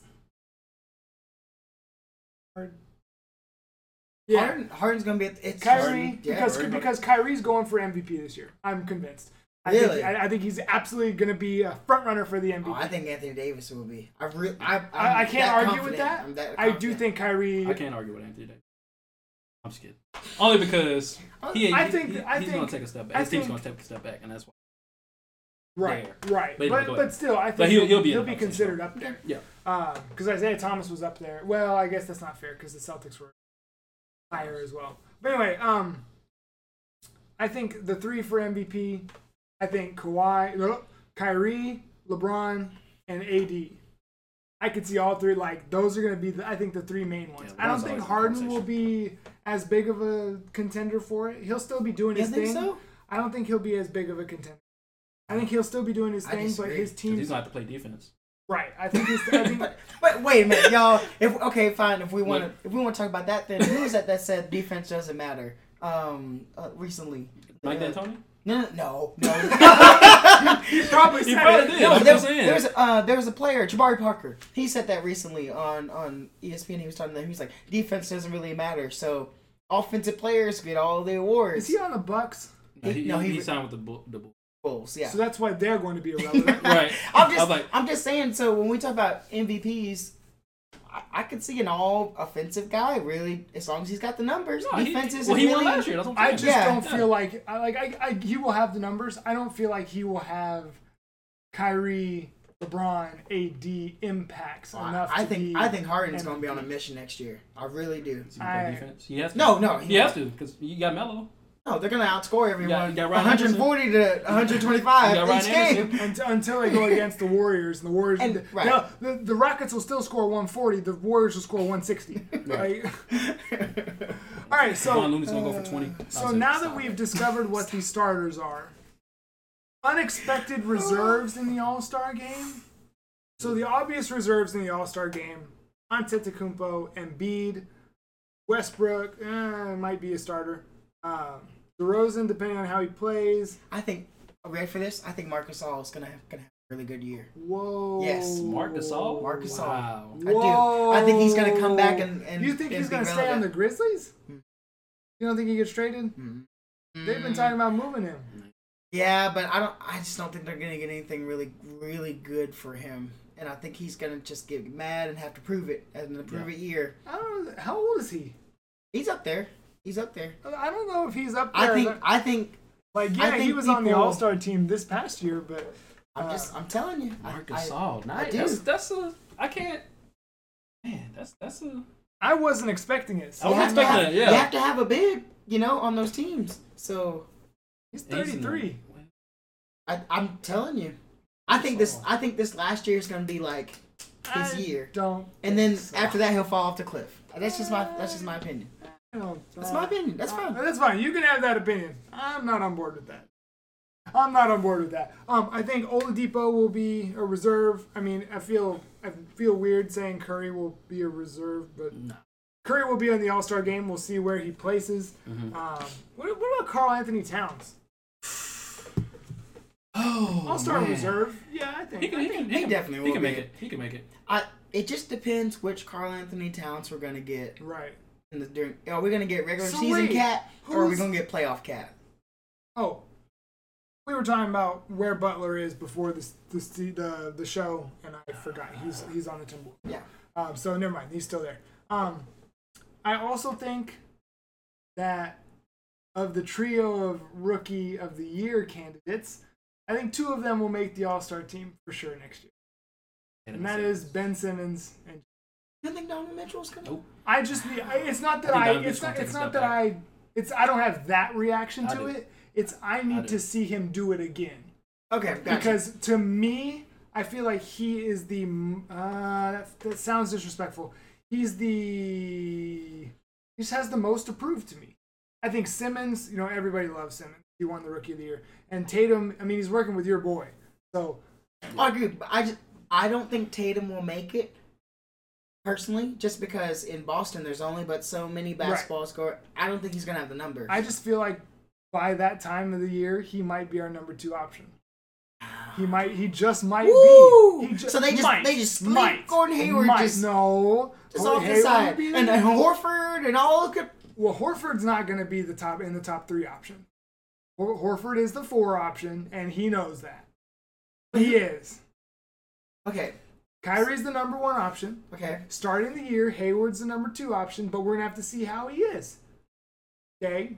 Harden. Yeah,
Harden, Harden's gonna be. At, it's
Kyrie
yeah.
because
Harden.
because Kyrie's going for MVP this year. I'm convinced. I
Really?
think, I, I think he's absolutely going to be a front runner for the MVP.
Oh, I think Anthony Davis will be. I really. I, I'm
I, I can't
that
argue with
confident.
that.
I'm that
I do
confident.
think Kyrie.
I can't argue with Anthony Davis. I'm just kidding. Only because he,
Uh, I
he-
think-
he-
I
he's
think-
gonna take a step back.
I
His team's
think-
gonna take a step back, and that's why.
Right, right.
But
But,
anyway,
but,
go ahead.
still, I think
he'll-
he'll,
he'll be in
he'll
the
be
conversation.
considered up there.
Yeah.
Because Uh, Isaiah Thomas was up there. Well, I guess that's not fair because the Celtics were higher as well. But anyway, um, I think the three for MVP, I think Kawhi, no, Kyrie, LeBron, and AD. I could see all three. Like those are going to be, the, I think, the three main ones.
Yeah,
I don't
LeBron's
think
always in
Harden
the
will be as big of a contender for it. He'll still be doing
You
his
think
thing.
so?
I don't think he'll be as big of a contender. I think he'll still be doing his
I
thing, but
disagree.
his
'Cause
team.
he's gonna have to play defense.
Right. I think his. I think,
But, but wait a minute, y'all. If okay, fine. If we want to,
What?
if we want to talk about that, then who was that that said defense doesn't matter? Um, uh, recently.
Mike
Uh,
D'Antoni?
No, no, no. no.
he probably
He
said
probably
it.
did.
No,
I'm
there,
just saying.
there's uh there's a player, Jabari Parker. He said that recently on on E ESPN. He was talking that he was like defense doesn't really matter, so offensive players get all the awards.
Is he on the Bucks?
no, he,
no,
he,
he-
he signed with the Bull- the Bulls.
Bulls, yeah.
So that's why they're going to be irrelevant.
Right.
I'm just
I'm like-
I'm just saying. So when we talk about MVPs. I- I could see an all offensive guy, really, as long as he's got the numbers.
No, he-
Defense is
well, he
really,
won last year. That's what I'm
I
saying.
just
Yeah.
don't feel like I like I, I he will have the numbers. I don't feel like he will have Kyrie, LeBron, AD impacts enough.
I
to be
think I think Harden's going to be on a
MVP.
mission next year. I really do.
He can play
I-
defense. He has to.
No, no,
He has to because you got Melo.
no. They're going to outscore everyone,
you got Ryan
140 to 125
You got Ryan
each
Anderson.
game.
Unt- until they go against the Warriors and the Warriors
And-
the,
right.
the, the Rockets will still score 140 the Warriors will score 160
Right.
Like- all right so
John Looney's gonna go for twenty.
uh, So now that we've discovered what these starters are, unexpected reserves in the All Star game. So the obvious reserves in the All Star game: Antetokounmpo, Embiid, Westbrook eh, might be a starter. Um, DeRozan, depending on how he plays.
I think are we ready for this? I think Marcus All is gonna have, gonna have a really good year.
Whoa.
Yes.
Marc Gasol.
Marc Gasol.
Wow.
I do. I think he's gonna come back
Whoa.
and- and-
you think
and
he's
be
gonna stay on
relevant.
the Grizzlies?
Hmm.
You don't think he gets traded? They've been talking about moving him.
Hmm. Yeah, but I don't. I just don't think they're gonna get anything really, really good for him. And I think he's gonna just get mad and have to prove it and the prove it year.
I don't. know. How old is he?
He's up there. He's up there.
I don't know if he's up there.
I
or
think.
not.
I think.
Like
I
yeah, he
think
was on the
people-
All Star team this past year, but
I'm
Uh,
just. I'm telling you. I-
Marc
I-
Gasol. Nice.
do.
That's that's a. I can't. Man, that's that's a.
I wasn't expecting it.
I
So
you
wasn't
have to have-
expecting Oh, that. Yeah.
You have to have a bid, you know, on those teams. So
he's
Oh,
And he's
thirty
in the-
three.
I, I'm telling you. I think this. I think this last year is gonna be like his
Uh,
year.
Don't.
and then after that he'll fall off the cliff. That's just my that's just my opinion.
I don't-
That's my opinion. That's
Uh,
fine.
That's fine. You can have that opinion. I'm not on board with that. I'm not on board with that. Um, I think Oladipo will be a reserve. I mean, I feel I feel weird saying Curry will be a reserve, but Curry will be on the All Star game. We'll see where he places.
Mm-hmm.
Um, what, what about Carl Anthony Towns?
Oh.
All Star
man.
reserve? Yeah, I think.
He can. He can. He,
he
can,
definitely
He
will
can
be.
make it. He can make it.
I it just depends which Carl Anthony Towns we're gonna get
Right.
in the during. Are we gonna get regular
So
season
wait,
cat or are we
who's-
gonna get playoff cat?
Oh, we were talking about where Butler is before this, this the the show, and I forgot he's he's on the Timberwolves.
Yeah.
Um, so never mind, he's still there. Um, I also think that of the trio of rookie of the year candidates, I think two of them will make the All Star team for sure next year, and that is Ben Simmons and.
You think Donovan Mitchell's gonna?
Nope.
I just I- it's not that
I
I,
think Donovan
it's
Mitchell
not it's
will take a
not
step
that
back.
I it's I don't have that reaction
I
to
do.
it. It's I need
do.
to see him do it again
Okay, gotcha.
because to me I feel like he is the m- uh that, that sounds disrespectful. He's the he just has the most approved to me. I think Simmons, you know, everybody loves Simmons. He won the Rookie of the Year, and Tatum. I mean, he's working with your boy, so
I agree. But I just I don't think Tatum will make it personally, just because in Boston there's only but so many basketball score. I don't think he's gonna have the number.
I just feel like by that time of the year, he might be our number two option. He might. He just might
Woo!
be. He ju-
So they just-
might,
they just slid
might,
Gordon Hayward
might.
just-
no.
just
Gordon
off the
Hayward
side,
would be
and
the-
then Horford and all. Could,
well, Horford's not going to be the top in the top three option. Hor- Horford is the four option, and he knows that. He is.
okay,
Kyrie's the number one option.
okay.
Starting the year, Hayward's the number two option, but we're gonna have to see how he is. Okay,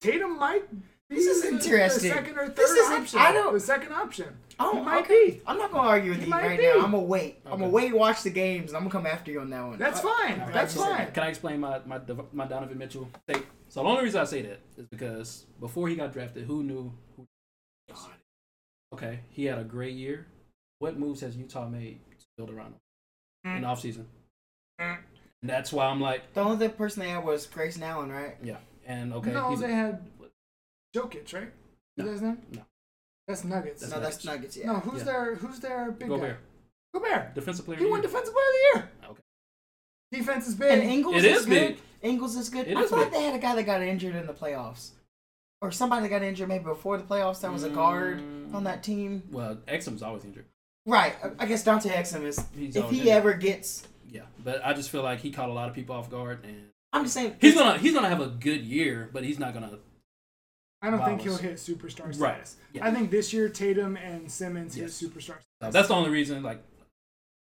Tatum might. Be
This is
the-
interesting.
The second or third
This isn't-
option.
I don't-
The second option.
Oh,
He might
okay.
be.
I'm not gonna argue with
He
you
might
right
be.
now. I'm gonna wait. I'm gonna
Okay.
wait, watch the games, and I'm gonna come after you on that one.
That's
Uh,
fine.
I
That's
just-
fine.
Can I explain my my, Dev- my Donovan Mitchell take? So the only reason I say that is because before he got drafted, who knew? Who okay, he had a great year. What moves has Utah made to build around him in the offseason?
Mm.
And that's why I'm like,
The only other person they had was Grayson Allen, right?
yeah. And okay,
No,
he's a-
they had Jokic, right? Is that his name?
No.
That's Nuggets.
That's
no, that's Nuggets. Yeah.
no, who's
Yeah.
their who's their big
go
guy?
Bear.
Gobert.
Defensive player.
He
of the
won
year.
defensive player of the year.
Okay.
Defense is
And
big.
Ingles
It
is,
is
good.
big.
Ingles is good.
It
I
is
thought
big.
they had a guy that got injured in the playoffs, or somebody got injured maybe before the playoffs. That was a guard on
Mm.
that team,
Well, Exum's always injured.
right? I- I guess Dante Exum is.
He's
if
always
he
injured.
ever gets,
Yeah, but I just feel like he caught a lot of people off guard, and
I'm just saying
he's gonna he's gonna have a good year, but he's not gonna
I don't think he'll
Wallace.
hit superstar status.
Right. Yeah.
I think this year Tatum and Simmons
Yes.
hit superstar.
So that's the only reason. Like,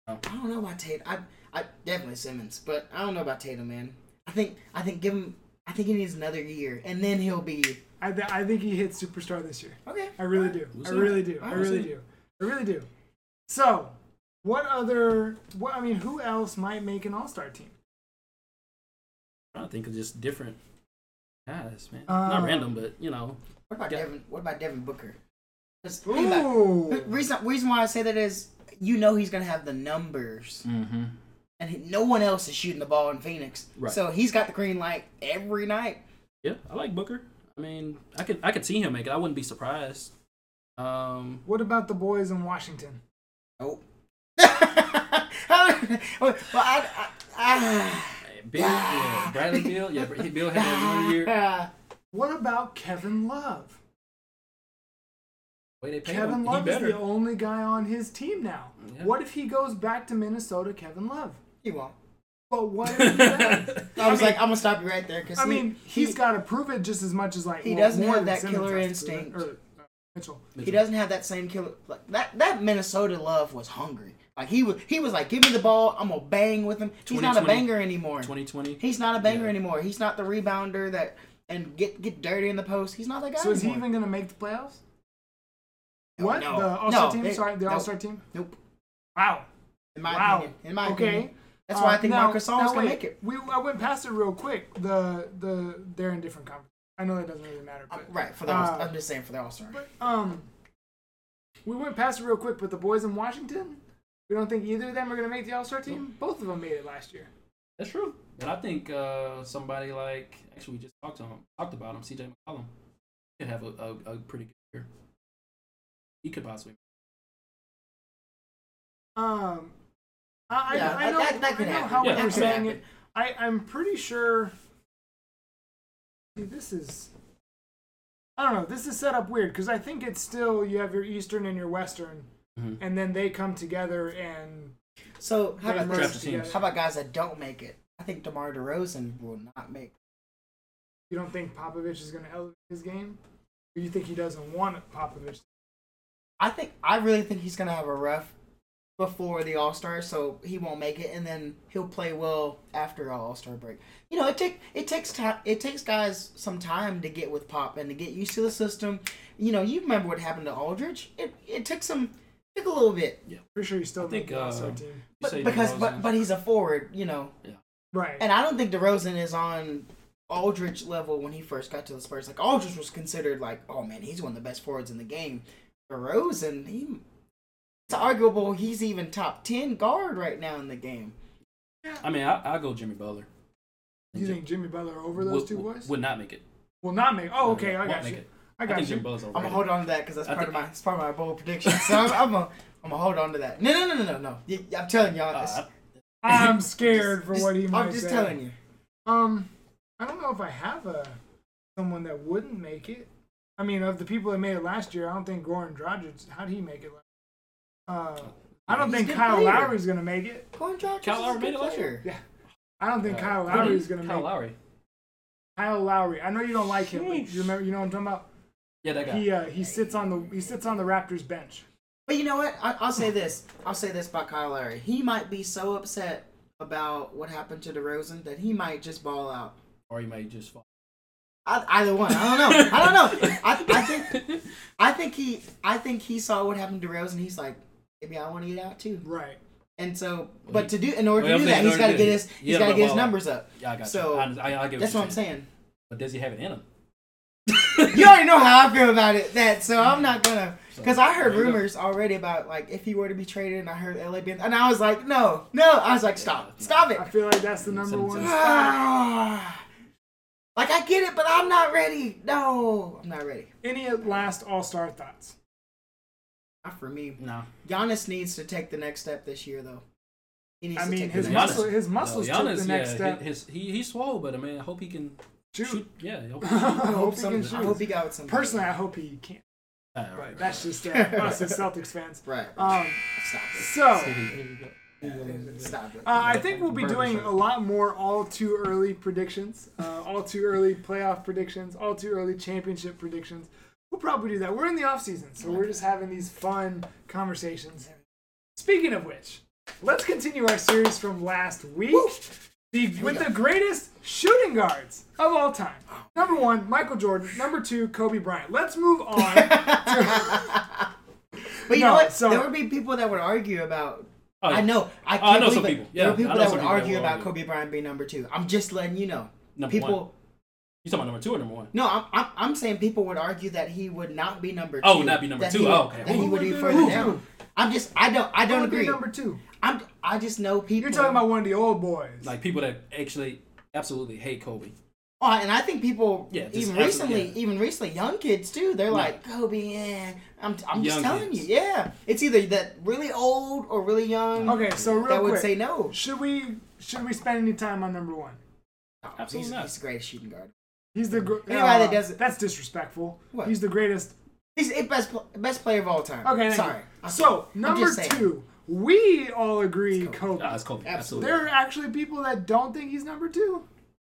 I don't know about Tatum. I, I definitely Simmons, but I don't know about Tatum, man. I think, I think give him. I think he needs another year, and then he'll be
I, th- I think he hit superstar this year.
okay.
I really do.
We'll
I
see.
really do. I
Alright, we'll
really
see.
do. I really do. So, what other? What I mean, who else might make an All Star team?
I don't think it's just different guys, man.
Uh,
not random, but you know,
What about
Yeah.
Devin? What about Devin Booker? 'Cause think about it.
Ooh.
The reason reason why I say that is you know he's gonna have the numbers,
mm-hmm.
and he, no one else is shooting the ball in Phoenix,
Right.
so he's got the green light every night.
yeah, I like Booker. I mean, I could I could see him make it. I wouldn't be surprised. Um,
What about the boys in Washington?
Nope. well, I, I, I,
Bill, yeah, Bradley Bill, yeah, Br- Bill had that one year.
What about Kevin Love?
Way they paid him,
Kevin
he
Love is
better.
the only guy on his team now.
Yeah.
What if he goes back to Minnesota, Kevin Love?
he won't.
But what if he does?
I was
mean-
like, I'm gonna stop you right there because
I mean,
he,
he's got to prove it just as much as like
he
well,
doesn't
more
have
than
that
Simmons
killer
has to prove it,
instinct.
or, uh, Mitchell.
he doesn't have that same killer. Like, that that Minnesota love was hungry. Like he was he was like, give me the ball, I'm gonna bang with him. He's not a
2020.
banger anymore.
2020.
He's not a banger
Yeah.
anymore. He's not the rebounder that and get get dirty in the post. He's not that guy.
So is he
anymore.
even gonna make the playoffs?
No,
what
no,
the All Star
no,
team?
they-
Sorry, the
no.
All Star team.
Nope.
Wow.
In my
Wow.
opinion. In my
Okay.
opinion. That's
Uh,
why I think
now-
Marcus Gasol
now
is gonna
wait.
make it.
We I went past it real quick. The the they're in different conference. I know that doesn't really matter.
Uh,
But,
Right for the
Uh,
I'm just saying for the All Star.
but um, we went past it real quick. But the boys in Washington, we don't think either of them are gonna make the All Star team. Both of them made it last year.
That's true. And I think uh, somebody like actually we just talked to him, talked about him, CJ McCollum, could have a, a, a pretty good year. He could possibly.
Um, I,
Yeah,
I, I know,
that- that could
I know
happen.
how
Yeah,
we
that
were
could
saying
happen.
it. I, I'm pretty sure. See, this is. I don't know. This is set up weird because I think it's still you have your Eastern and your Western,
Mhm.
and then they come together and
So how
they
about
merge
Draft the
this?
teams.
together.
How about guys that don't make it? I think DeMar DeRozan will not make.
You don't think Popovich is going to elevate his game? Or you think he doesn't want Popovich?
I think I really think he's gonna have a rough before the All Star, so he won't make it, and then he'll play well after All Star break. You know, it take it takes time. It takes guys some time to get with Pop and to get used to the system. You know, you remember what happened to Aldridge. It it took some took a little bit,
Pretty sure he's still
I think,
the All-Star
uh,
team.
You
but,
say
because
DeRozan.
but but he's a forward. You know,
Right.
and I don't think DeRozan is on Aldridge level when he first got to the Spurs. Like Aldridge was considered like, oh man, he's one of the best forwards in the game. DeRozan, he it's arguable he's even top ten guard right now in the game.
I mean, I, I'll go Jimmy Butler.
you think Jimmy Butler over those
would,
two boys?
Would not make it.
Will not make. Oh, okay. I
Won't
got
make
you.
it.
I
I
got
think Jimmy
you.
Butler's
I'm gonna hold
overrated.
on to that because that's
I
part of
think-
my it's part of my bold prediction. So I'm, I'm gonna I'm gonna hold on to that. No no no no no no. Y- I'm telling y'all. this.
Uh,
I'm scared for what he might
I'm just
say.
telling you.
Um, I don't know if I have a someone that wouldn't make it. I mean, of the people that made it last year, I don't think Goran Dragic. How did he make it? Last uh, I don't
He's
think
a good
Kyle
player.
Lowry's gonna make it.
Corn Dragic is
Kyle
a
Lowry
good
made it last
player.
year. I don't think
uh,
Kyle
who did-
Lowry's gonna
Kyle
make it.
Lowry.
Kyle Lowry. I know you don't like him. But
Sheesh.
you remember? You know what I'm talking about?
Yeah, that guy.
He uh, he sits on the he sits on the Raptors bench.
But you know what? I, I'll say this. I'll say this about Kyle Lowry. He might be so upset about what happened to DeRozan that he might just ball out.
or he might just fall.
I, either one. I don't know. I don't know. I, I think. I think he. I think he saw what happened to DeRozan. He's like, maybe I want to get out too.
Right.
And so, but to do in order to
Well,
do
I'm
that,
saying in
he's
order
got to
to
get
do-
his.
yeah,
He's got to
but
get his
well,
numbers up.
Yeah, I got
So,
you. I, I, I get
That's
what,
what
you're
I'm saying.
But does he have it in him?
You already know how I feel about it. That so I'm not gonna. Because I heard
Mm. There you go.
rumors already about like if he were to be traded, and I heard LA being, and I was like, no, no. I was like, stop, stop it.
I feel like that's the number one.
Seventeen.
spot.
like I get it, but I'm not ready. No, I'm not ready.
Any last All Star thoughts?
Not for me.
No.
Giannis needs to take the next step this year, though. He needs
I
to
mean,
take
his
the next
muscle
step.
his muscles
no,
took the next
yeah,
step.
His, he he swole, but I mean, I hope he can
Shoot.
shoot. Yeah. Oh, I hope-
I
I
hope
hope,
he
some,
can
I hope
shoot.
he got with somebody.
Personally, I hope he can't.
All Oh, right,
But
right,
that's just uh, us as Celtics fans.
right?
Uh,
Um,
Stop it.
so uh,
right. Here you go.
Stop it.
Uh,
I think we'll be doing a lot more all too early predictions, uh, all too early playoff predictions, all too early championship predictions. We'll probably do that. We're in the off season, so we're just having these fun conversations. Speaking of which, let's continue our series from last week. The, with the greatest shooting guards of all time. Number one, Michael Jordan. Number two, Kobe Bryant. Let's move on.
but you
no,
know what?
so-
there would be people that would argue about.
Oh, yeah.
I know. I
Oh, I
can't
know some
believe it.
people.
there
Yeah,
were people
I know
that
some
would
people that
argue
will
about
argue.
Kobe Bryant being number two. I'm just letting you know.
Number
people.
one. You talking about number two or number one?
No, I'm, I'm, I'm saying people would argue that he would not be number two.
Oh, not be number
that
two.
he would-
Oh, okay.
That he
Who
would be
would be
further
number
down.
two?
I'm just, I don't, I
Who
don't
would be
agree.
Number two.
I'm, I just know
You're
people.
talking about one of the old boys.
Like people that actually absolutely hate Kobe.
Oh, and I think people,
Yeah, just
even
absolute-
recently,
yeah.
even recently, young kids too. They're like Kobe. Yeah, I'm, I'm just
Young
telling
kids.
you. Yeah, it's either that really old or really young
Okay, so real
that would
quick,
say no.
should we should we spend any time on number one?
Absolutely
he's,
not.
He's the greatest shooting guard.
He's the gr- uh,
Anybody that doesn't-
that's disrespectful.
What?
He's the greatest.
He's the best, pl- best player of all time.
Okay, thank
sorry.
you. So
I'm
number
just saying.
two, we all agree Kobe.
Ah, it's Kobe.
Absolutely.
Absolutely.
There are actually people that don't think he's number two.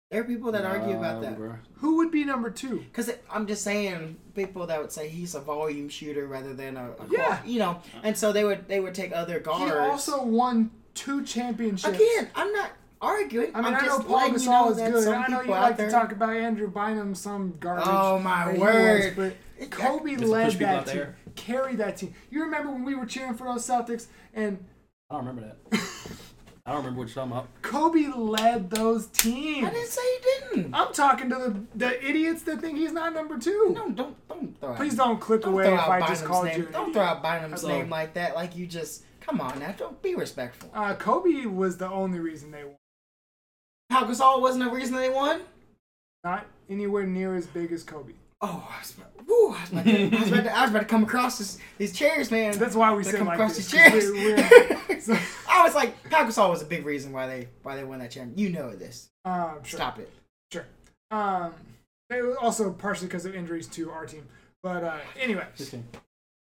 There are people that argue about
Nah,
that.
bruh.
Who would be number two?
Because I'm just saying, people that would say he's a volume shooter rather than a, a
Yeah.
qual- you know, and so they would they would take other
He
guards.
also won two championships.
again, I'm not arguing.
I mean,
am
i know
just
Paul
letting
Gasol
you know
is
that
good.
some
I know you
people out
like
there.
to talk about Andrew Bynum, some garbage.
Oh, my
that he
word.
was, but Kobe
Just
led
push people
that
out
team,
there.
carried that team. You remember when we were cheering for those Celtics and
I don't remember that. I don't remember what you're talking about.
Kobe led those
I
teams.
didn't say you didn't.
I'm talking to the the idiots that think he's not number two.
No, don't don't throw.
Please
out,
don't click
don't
away
throw
if
out
I
Bynum's
just called
name.
you. an
Don't
idiot.
throw out Bynum's
Hello.
name like that. Like you just come on now. Don't be respectful.
Uh, Kobe was the only reason they won.
How Gasol wasn't the reason they won.
Not anywhere near as big as Kobe.
Oh, I was about, woo, I was about, to, I, was about to, I was about to come across this, these chairs, man.
That's why we
They
sit
come
like
across
this.
the chairs.
We're- we're- so-
I was like, Pau Gasol was a big reason why they why they won that championship. You know this.
um, sure.
Stop it.
Sure. Um, they were also partially because of injuries to our team. But uh, anyway,
Fifteen.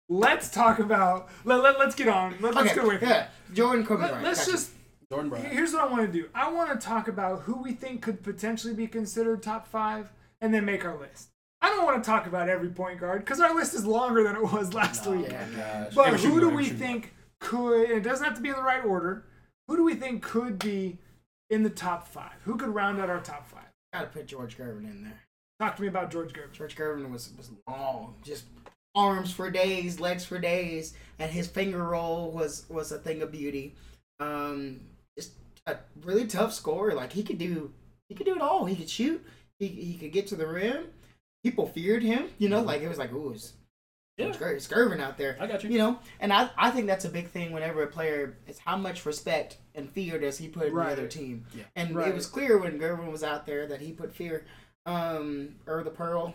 let's talk about. Let, let, let's get on. Let, let's get away from
yeah.
that.
Jordan Kobe
Let,
Bryant.
let's
Gotcha.
just
Jordan Bryant.
Here's what I want to do. I want to talk about who we think could potentially be considered top five, and then make our list. I don't want to talk about every point guard because our list is longer than it was last
Oh
week.
my gosh.
But
Every
who
shooting
do
guard,
we
shooting guard.
think could, and it doesn't have to be in the right order, who do we think could be in the top five? Who could round out our top five?
Gotta put George Gervin in there.
Talk to me about George Gervin.
George Gervin was was long, just arms for days, legs for days, and his finger roll was was a thing of beauty. Um, just a really tough scorer. Like he could do, he could do it all. He could shoot. He he could get to the rim. People feared him. You know, like it was like, ooh, it's,
Yeah.
it's Ger- it's Gervin out there.
I got you.
You know, and I I think that's a big thing whenever a player is how much respect and fear does he put in
Right.
the other team.
Yeah.
And
Right.
it was clear when Gervin was out there that he put fear. Um, or the Pearl,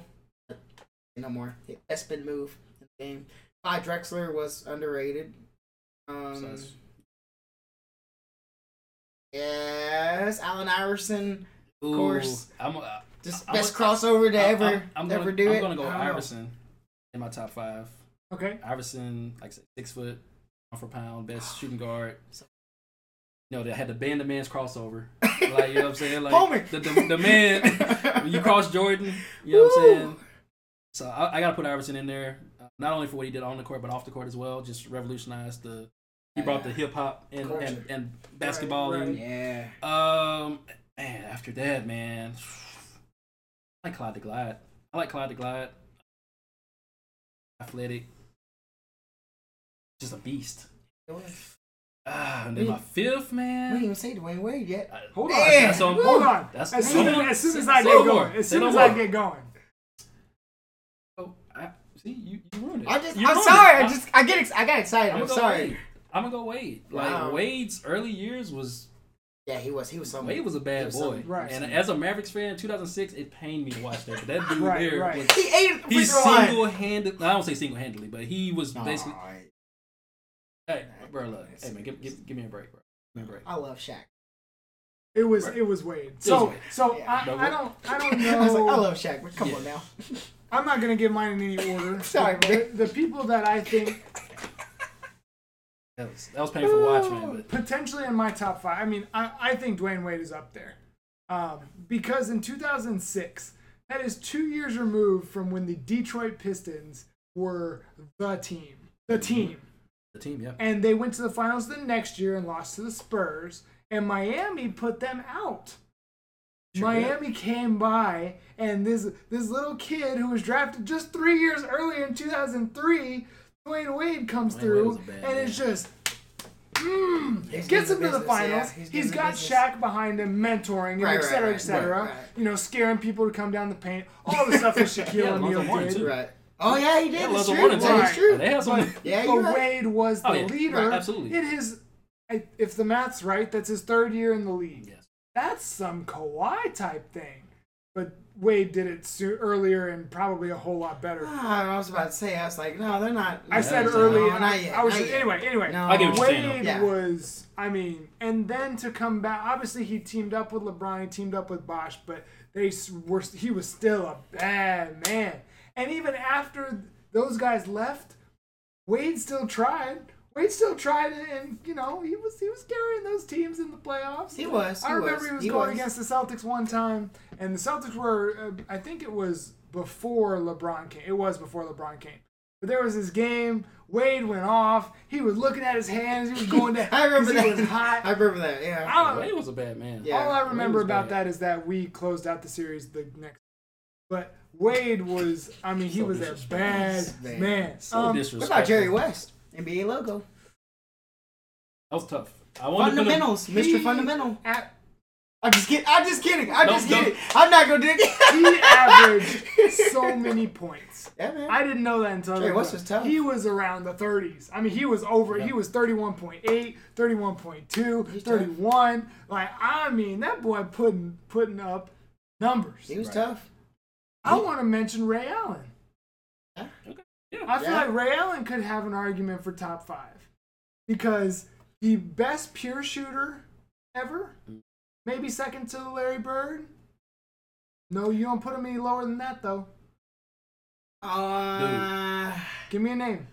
no more. Best spin move in the game. Clyde Drexler was underrated. Um,
Besides-
Yes, Allen Iverson,
Ooh,
course.
I'm, uh,
just
I- I
best
would-
crossover to
I-
ever
I'm, I'm
ever
gonna,
do
I'm
it.
gonna go
I don't know.
Iverson in my top five.
Okay.
Iverson, like I said, six foot, pound for pound, best shooting guard.
So-
You know, they had the band to man's crossover. Like, you know what I'm saying? Like,
Homer.
The, the, the man, when you cross Jordan, you know what I'm
Woo.
saying? So I, I got to put Iverson in there, uh, not only for what he did on the court, but off the court as well. Just revolutionized the, he brought the hip hop and, and,
Culture.
and basketball.
Right,
and,
Yeah.
um, man, after that, man, I like Clyde the Glide. I like Clyde the Glide. Athletic, just a beast.
It was-
Ah, and then my fifth
We didn't
man.
even say Dwayne Wade yet.
I-
Hold on.
Man,
that's on-
woo.
Hold on.
That's-
as, soon,
say no more.
as soon as I
Say
get
no more.
going, as
Say
soon
no
as I
more.
get going.
Oh, I, see, you, you ruined it.
I just,
You
I'm
ruined
sorry.
it.
I just, I get, ex- I got excited.
I'ma
I'm
go
sorry.
Wade. I'm gonna go Wade. Like
Wow.
Wade's early years was
Yeah, he was, he was something.
Wade was a
He
bad
was
boy.
something.
Right.
And as a Mavericks fan, 2006, it pained me to watch that. But that dude
Right,
there
right.
was
He ate it.
He
He's single.
single handed. I don't say single handedly, but he was basically. Hey, bro, look. Hey, man, give, give, give me a break, bro. Give me a break.
I love Shaq.
It was
Right.
it was Wade. So
Wade.
so
Yeah.
I,
No,
I
what-
don't I don't
I was like, I
know.
love Shaq, but come
Yeah.
on now.
I'm not gonna give mine in any order.
Sorry,
the, the people that I think
That was, that was painful to watch, man.
potentially in my top five. I mean, I, I think Dwayne Wade is up there um, because in 2006, that is two years removed from when the Detroit Pistons were the team, the team,
But the team, yeah.
and they went to the finals the next year and lost to the Spurs, and Miami put them out.
Sure did.
Miami came by, and this this little kid who was drafted just three years earlier in 2003, Dwayne Wade comes
Dwayne Wade
through,
was a bad
and it's
man.
just mm,
He's
gets him
getting
to
the
the
business,
finals.
yeah, he's
he's
getting the
got
business.
Shaq behind him, mentoring him,
Right,
et
right,
cetera, et
right,
cetera.
right, right.
You know, scaring people to come down the paint. All the stuff that Shaquille
Yeah, Lonzo
O'Neal
Mourning,
did.
too.
Right. Oh yeah, he did.
Yeah,
it's
Lonzo
true.
Mourning,
That
too.
is true.
They had some.
Yeah,
but
you're right.
Wade was the
Oh, yeah.
leader.
Right, absolutely.
In his, I- if the math's right, that's his third year in the league.
Yes.
That's some Kawhi type thing. But Wade did it so- earlier and probably a whole lot better.
Ah, I was about to say, I was like, no, they're not.
I said
no,
early,
no,
and
not
I,
yet,
I was
not yet.
anyway. Anyway,
No.
I get what you're saying,
Wade
though. Yeah.
was, I mean, and then to come back, obviously he teamed up with LeBron, he teamed up with Bosch, but they s- were he was still a bad man. And even after those guys left, Wade still tried. Wade still tried, and, and you know he was he was carrying those teams in the playoffs.
He was,
I
he
remember
was,
he was
he
going
was.
against the Celtics one time, and the Celtics were. Uh, I think it was before LeBron came. It was before LeBron came. But there was this game. Wade went off. He was looking at his hands. He was going down.
I remember
'cause
that.
He was hot.
I remember that. Yeah.
I don't-
Wade was a bad man.
um, Yeah.
all I
it
remember
was
about
bad.
that is that we closed out the series the next. But Wade was. I mean, he
So
was a
disrespectful.
bad
Man.
man.
So
Um,
What
disrespectful.
about Jerry West? NBA logo.
That was tough. I wanted to put him.
Fundamentals,
he-
Mr. Fundamental.
at-
I'm just kidding. I'm just kidding. I'm
No,
just
no.
kidding. I'm not gonna do
he
it.
averaged so many points.
yeah, man.
I didn't know that until I
Trey
looked
West
up.
was tough.
he was around the 30s. I mean, he was over. He
Yeah.
was 31.8, 31.2,
He's tough.
31. Like, I mean, that boy putting putting up numbers.
he was
Right.
tough.
I want to mention Ray Allen.
Okay. Yeah.
I feel
Yeah.
like Ray Allen could have an argument for top five because the best pure shooter ever, maybe second to Larry Bird. No, you don't put him any lower than that though.
Uh,
Give me a name.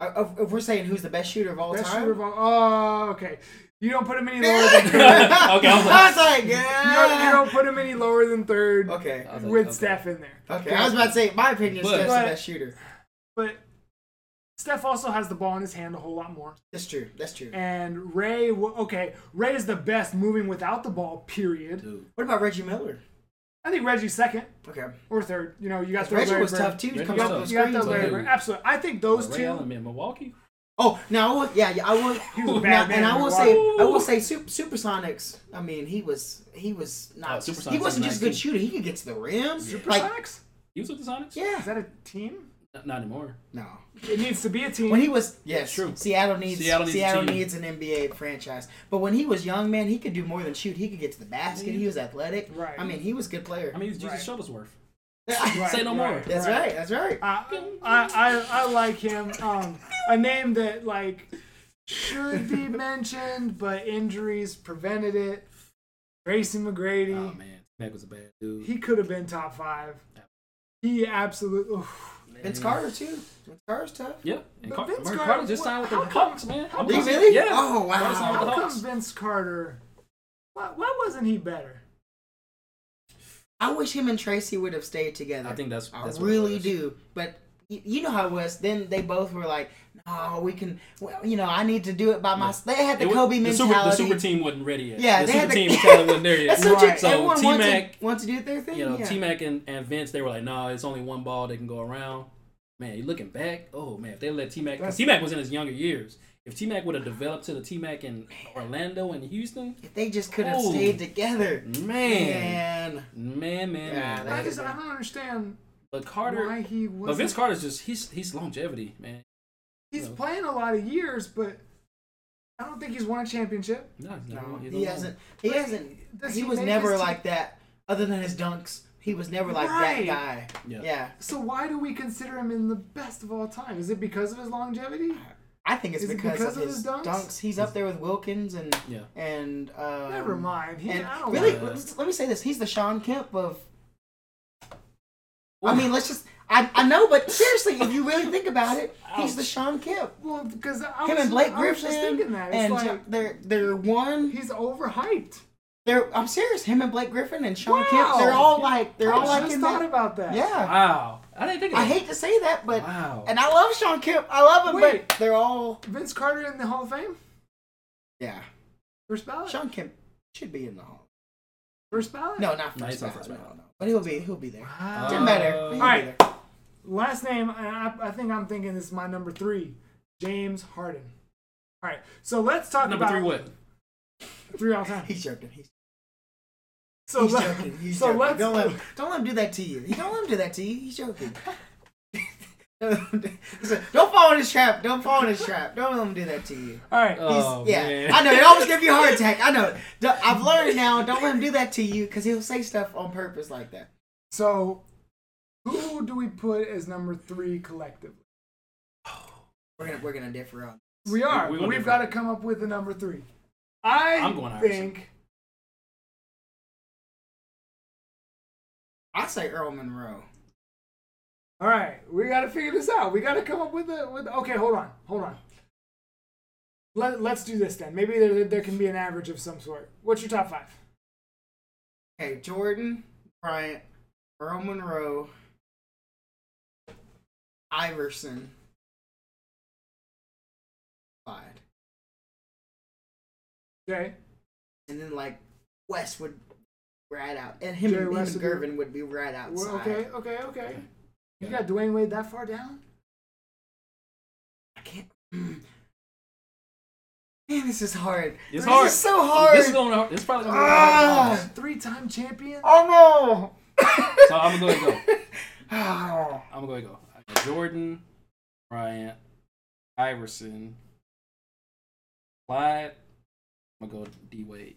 if, if we're saying who's the best shooter of all
Best
time,
shooter of all. Oh, okay. You don't put him any lower than
okay,
third. You
I was like,
don't, you
yeah.
don't put him any lower than third
Okay,
I was like,
with
okay.
Steph in there.
okay. I was about to say, my opinion is
But-
Steph's the best shooter.
But Steph also has the ball in his hand a whole lot more.
That's true. That's true.
And Ray, w- okay, Ray is the best moving without the ball. Period.
Dude,
What about Reggie Miller?
I think Reggie's second
Okay.
or third. You know, you got the
Reggie was tough too.
Reggie
Coming
was
up
tough.
with
You got
screens.
the Larry
Dude.
Bird. Absolutely. I think those
Ray
two.
Allen in Milwaukee.
Oh, now I will, yeah, yeah, I will.
He was a
now-
bad man
and I
in
will
Milwaukee.
say, I will say, super, Supersonics. I mean, he was, he was
Oh,
not.
Supersonics
he wasn't just a good
19.
shooter. He could get to the rim. Like,
Supersonics?
He was with the Sonics.
Is
yeah,
that a team?
N- Not anymore.
no.
It needs to be a team.
When he was, yes,
True.
Seattle needs,
Seattle
Seattle
needs
needs,
a team.
an NBA franchise. But when he was young, man, he could do more than shoot. He could get to the basket. He was athletic.
Right.
I mean, he was a good player.
I mean, he's Jesus
Right.
Shuttlesworth.
Right,
Say no more.
that's right. That's right.
I, I, I, I like him. Um, a name that like should be mentioned, but injuries prevented it. Tracy McGrady.
Oh man, Mac was a bad dude.
he could have been top five. He absolutely.
Vince Carter too. Vince Carter's tough.
Yeah, and
But
Car-
Vince
Vince Carter,
Carter,
just
what-
signed with the
how come-
Hawks, man.
how
Did he
come-
really?
Yeah.
Oh
Carter's not with
wow.
the
How come
Hawks.
Vince Carter? Why, why wasn't he better?
I wish him and Tracy would have stayed together.
I think that's
I
that's what it
really
was.
do. But y- you know how it was. Then they both were like, "No, we can. Well, you know, I need to do it by myself." They had the
It wa-
Kobe
the super,
mentality.
the super team wasn't ready yet.
Yeah,
the
they
super
had the-
team talent wasn't there yet.
That's what you-
Right.
So,
everyone
T-Mac-
wants to, wants to do their thing.
you know,
yeah.
T Mac and, and Vince, they were like, no, it's only one ball that can go around. Man, you looking back, oh man, if they let T Mac,
That's-
T Mac was in his younger years. If T Mac would have developed to the T Mac in Orlando and Houston,
If they just could have
Oh.
stayed together,
man,
man.
man, man, man.
Yeah,
I
that-
just I don't understand
but Carter,
why he was.
but Vince Carter's just he's he's longevity, man.
He's playing a lot of years, but I don't think he's won a championship.
No, he's not-
No,
he's
he
alone.
hasn't. He
But
hasn't.
does
He,
he
was
make
never
his team-
like that. Other than his dunks, he was never like
Right.
that guy.
Yeah.
yeah.
So why do we consider him in the best of all time? Is it because of his longevity?
I think it's
Is it
because,
because
of, his dunks? He's up there with Wilkins and
Yeah.
and um,
Never mind. He,
And
I don't
really,
know.
wanna-
let's- let me say this: he's the Sean Kemp of.
Ooh.
I mean, let's just. I, I know, but seriously, if you really think about it, he's the Sean Kemp.
Well, because I
Him
was,
and Blake
I was
Griffin
just thinking that. It's
and
like,
Jo- they're they're one.
he's overhyped.
They're I'm serious. Him and Blake Griffin and Sean
Wow.
Kemp. They're all like they're all
I
like
just
in
thought
that.
about that.
Yeah,
Wow, I didn't think of
I
that.
hate to say that, but
wow.
and I love Sean Kemp. I love him,
Wait.
but they're all
Vince Carter in the Hall of Fame?
yeah.
First ballot?
Sean Kemp should be in the hall.
First ballot?
No, not
No, he's
first
not
ballot.
first
no,
ballot.
no. but he'll be he'll be there.
Wow.
Doesn't matter. He'll be
Alright.
there.
Last name, and I, I think I'm thinking this is my number three, James Harden. All right, so let's talk
Number
about
three, what?
three all time.
He's joking. He's
So
He's
let-
joking. He's
so
joking.
let's
don't let, him, don't let him do that to you. He- Don't let him do that to you. He's joking. Listen, don't fall in his trap. Don't fall in his trap. Don't let him do that to you.
all right.
He's-
Oh
yeah,
man.
I know. They always give you a heart attack. I know. D- I've learned now. Don't let him do that to you because he'll say stuff on purpose like that.
So who do we put as number three collectively?
We're gonna we're gonna differ on.
We are. We,
We- we wanna
have
do
got to
that.
come up with a number three. I
I'm going Iverson.
think
I say Earl Monroe.
All right, we got to figure this out. We got to come up with a with. Okay, hold on, hold on. Let Let's do this then. Maybe there there can be an average of some sort. What's your top five?
Okay, Jordan Bryant, Earl Monroe, Iverson, Clyde.
Jay,
and then like West would ride out, and him,
Jerry
and, him
West
and
would
Gervin would be right
Well,
outside.
okay, okay, okay. You
Yeah.
got Dwayne Wade that far down?
I can't. Man, this is hard. this
It's hard.
is so hard.
This is going. to- This is probably going to be.
Ah.
Three-time champion.
oh no!
So I'm gonna go and go.
Ah.
I'm gonna go and go. Jordan, Bryant, Iverson, Clyde. I'm gonna go D Wade.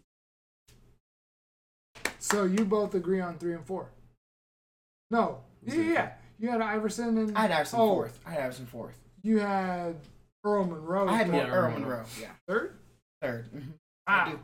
So you both agree on three and four? No.
Who's
Yeah,
that?
yeah. yeah. You had Iverson and
I had Iverson
oh,
fourth. I had Iverson fourth.
You had Earl Monroe.
I had
Oh, third.
Mo-
Yeah,
Earl
Monroe.
Monroe. Yeah,
third.
3rd Mm-hmm. I
Wow.
do.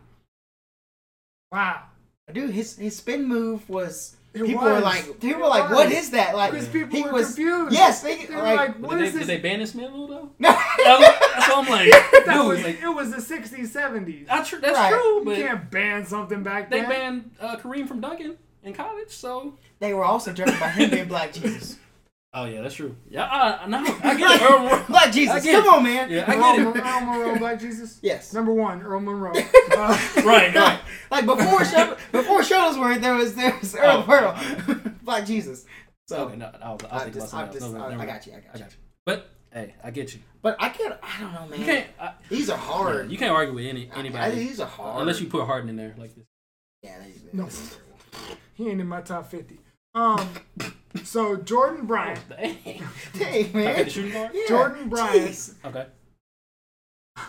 Wow.
I do. His his spin move was.
It
people were
was.
like,
It
people were like, what
was.
is that? Like,
Because people
he
were
was
confused.
Yes, they,
They were
like,
like,
Did
what
they,
is
did
this?
they ban this Melo though?
no.
That's what I'm like.
that
dude,
was,
like,
it was the 60s, 70s.
I tr- that's
Right.
true,
You
but
can't ban something back
they
then.
banned uh, Kareem from Duncan in college, so
they were also joking about him being black Jesus.
Oh yeah, that's true. Yeah, I, I, no, I get Earl Monroe.
Black Jesus,
get it.
come on, man.
Yeah, I
Earl,
get
Mon-
it.
Earl Monroe, Black Jesus.
Yes.
Number one, Earl Monroe. Uh,
Right, right.
like before Shut- before Shuttlesworth, there was there was Earl Pearl, Black Jesus. So
Okay, no, I'll, I'll
I
think
just, I,
about
just,
something else.
I, I
No, never mind.
got you, I got
I
you.
got you. But hey, I get you.
But I can't. I don't know, man.
You can't. I,
These are hard.
you can't argue with any
I- I,
anybody
these are hard.
unless you put Harden in there like this.
Yeah, these,
No.
this is terrible.
he ain't in my top fifty. Um, so Jordan Bryant,
Dang.
Dang,
Can I get
man.
the shooting guard?
Yeah,
Jordan Bryant.
jeez.
Okay.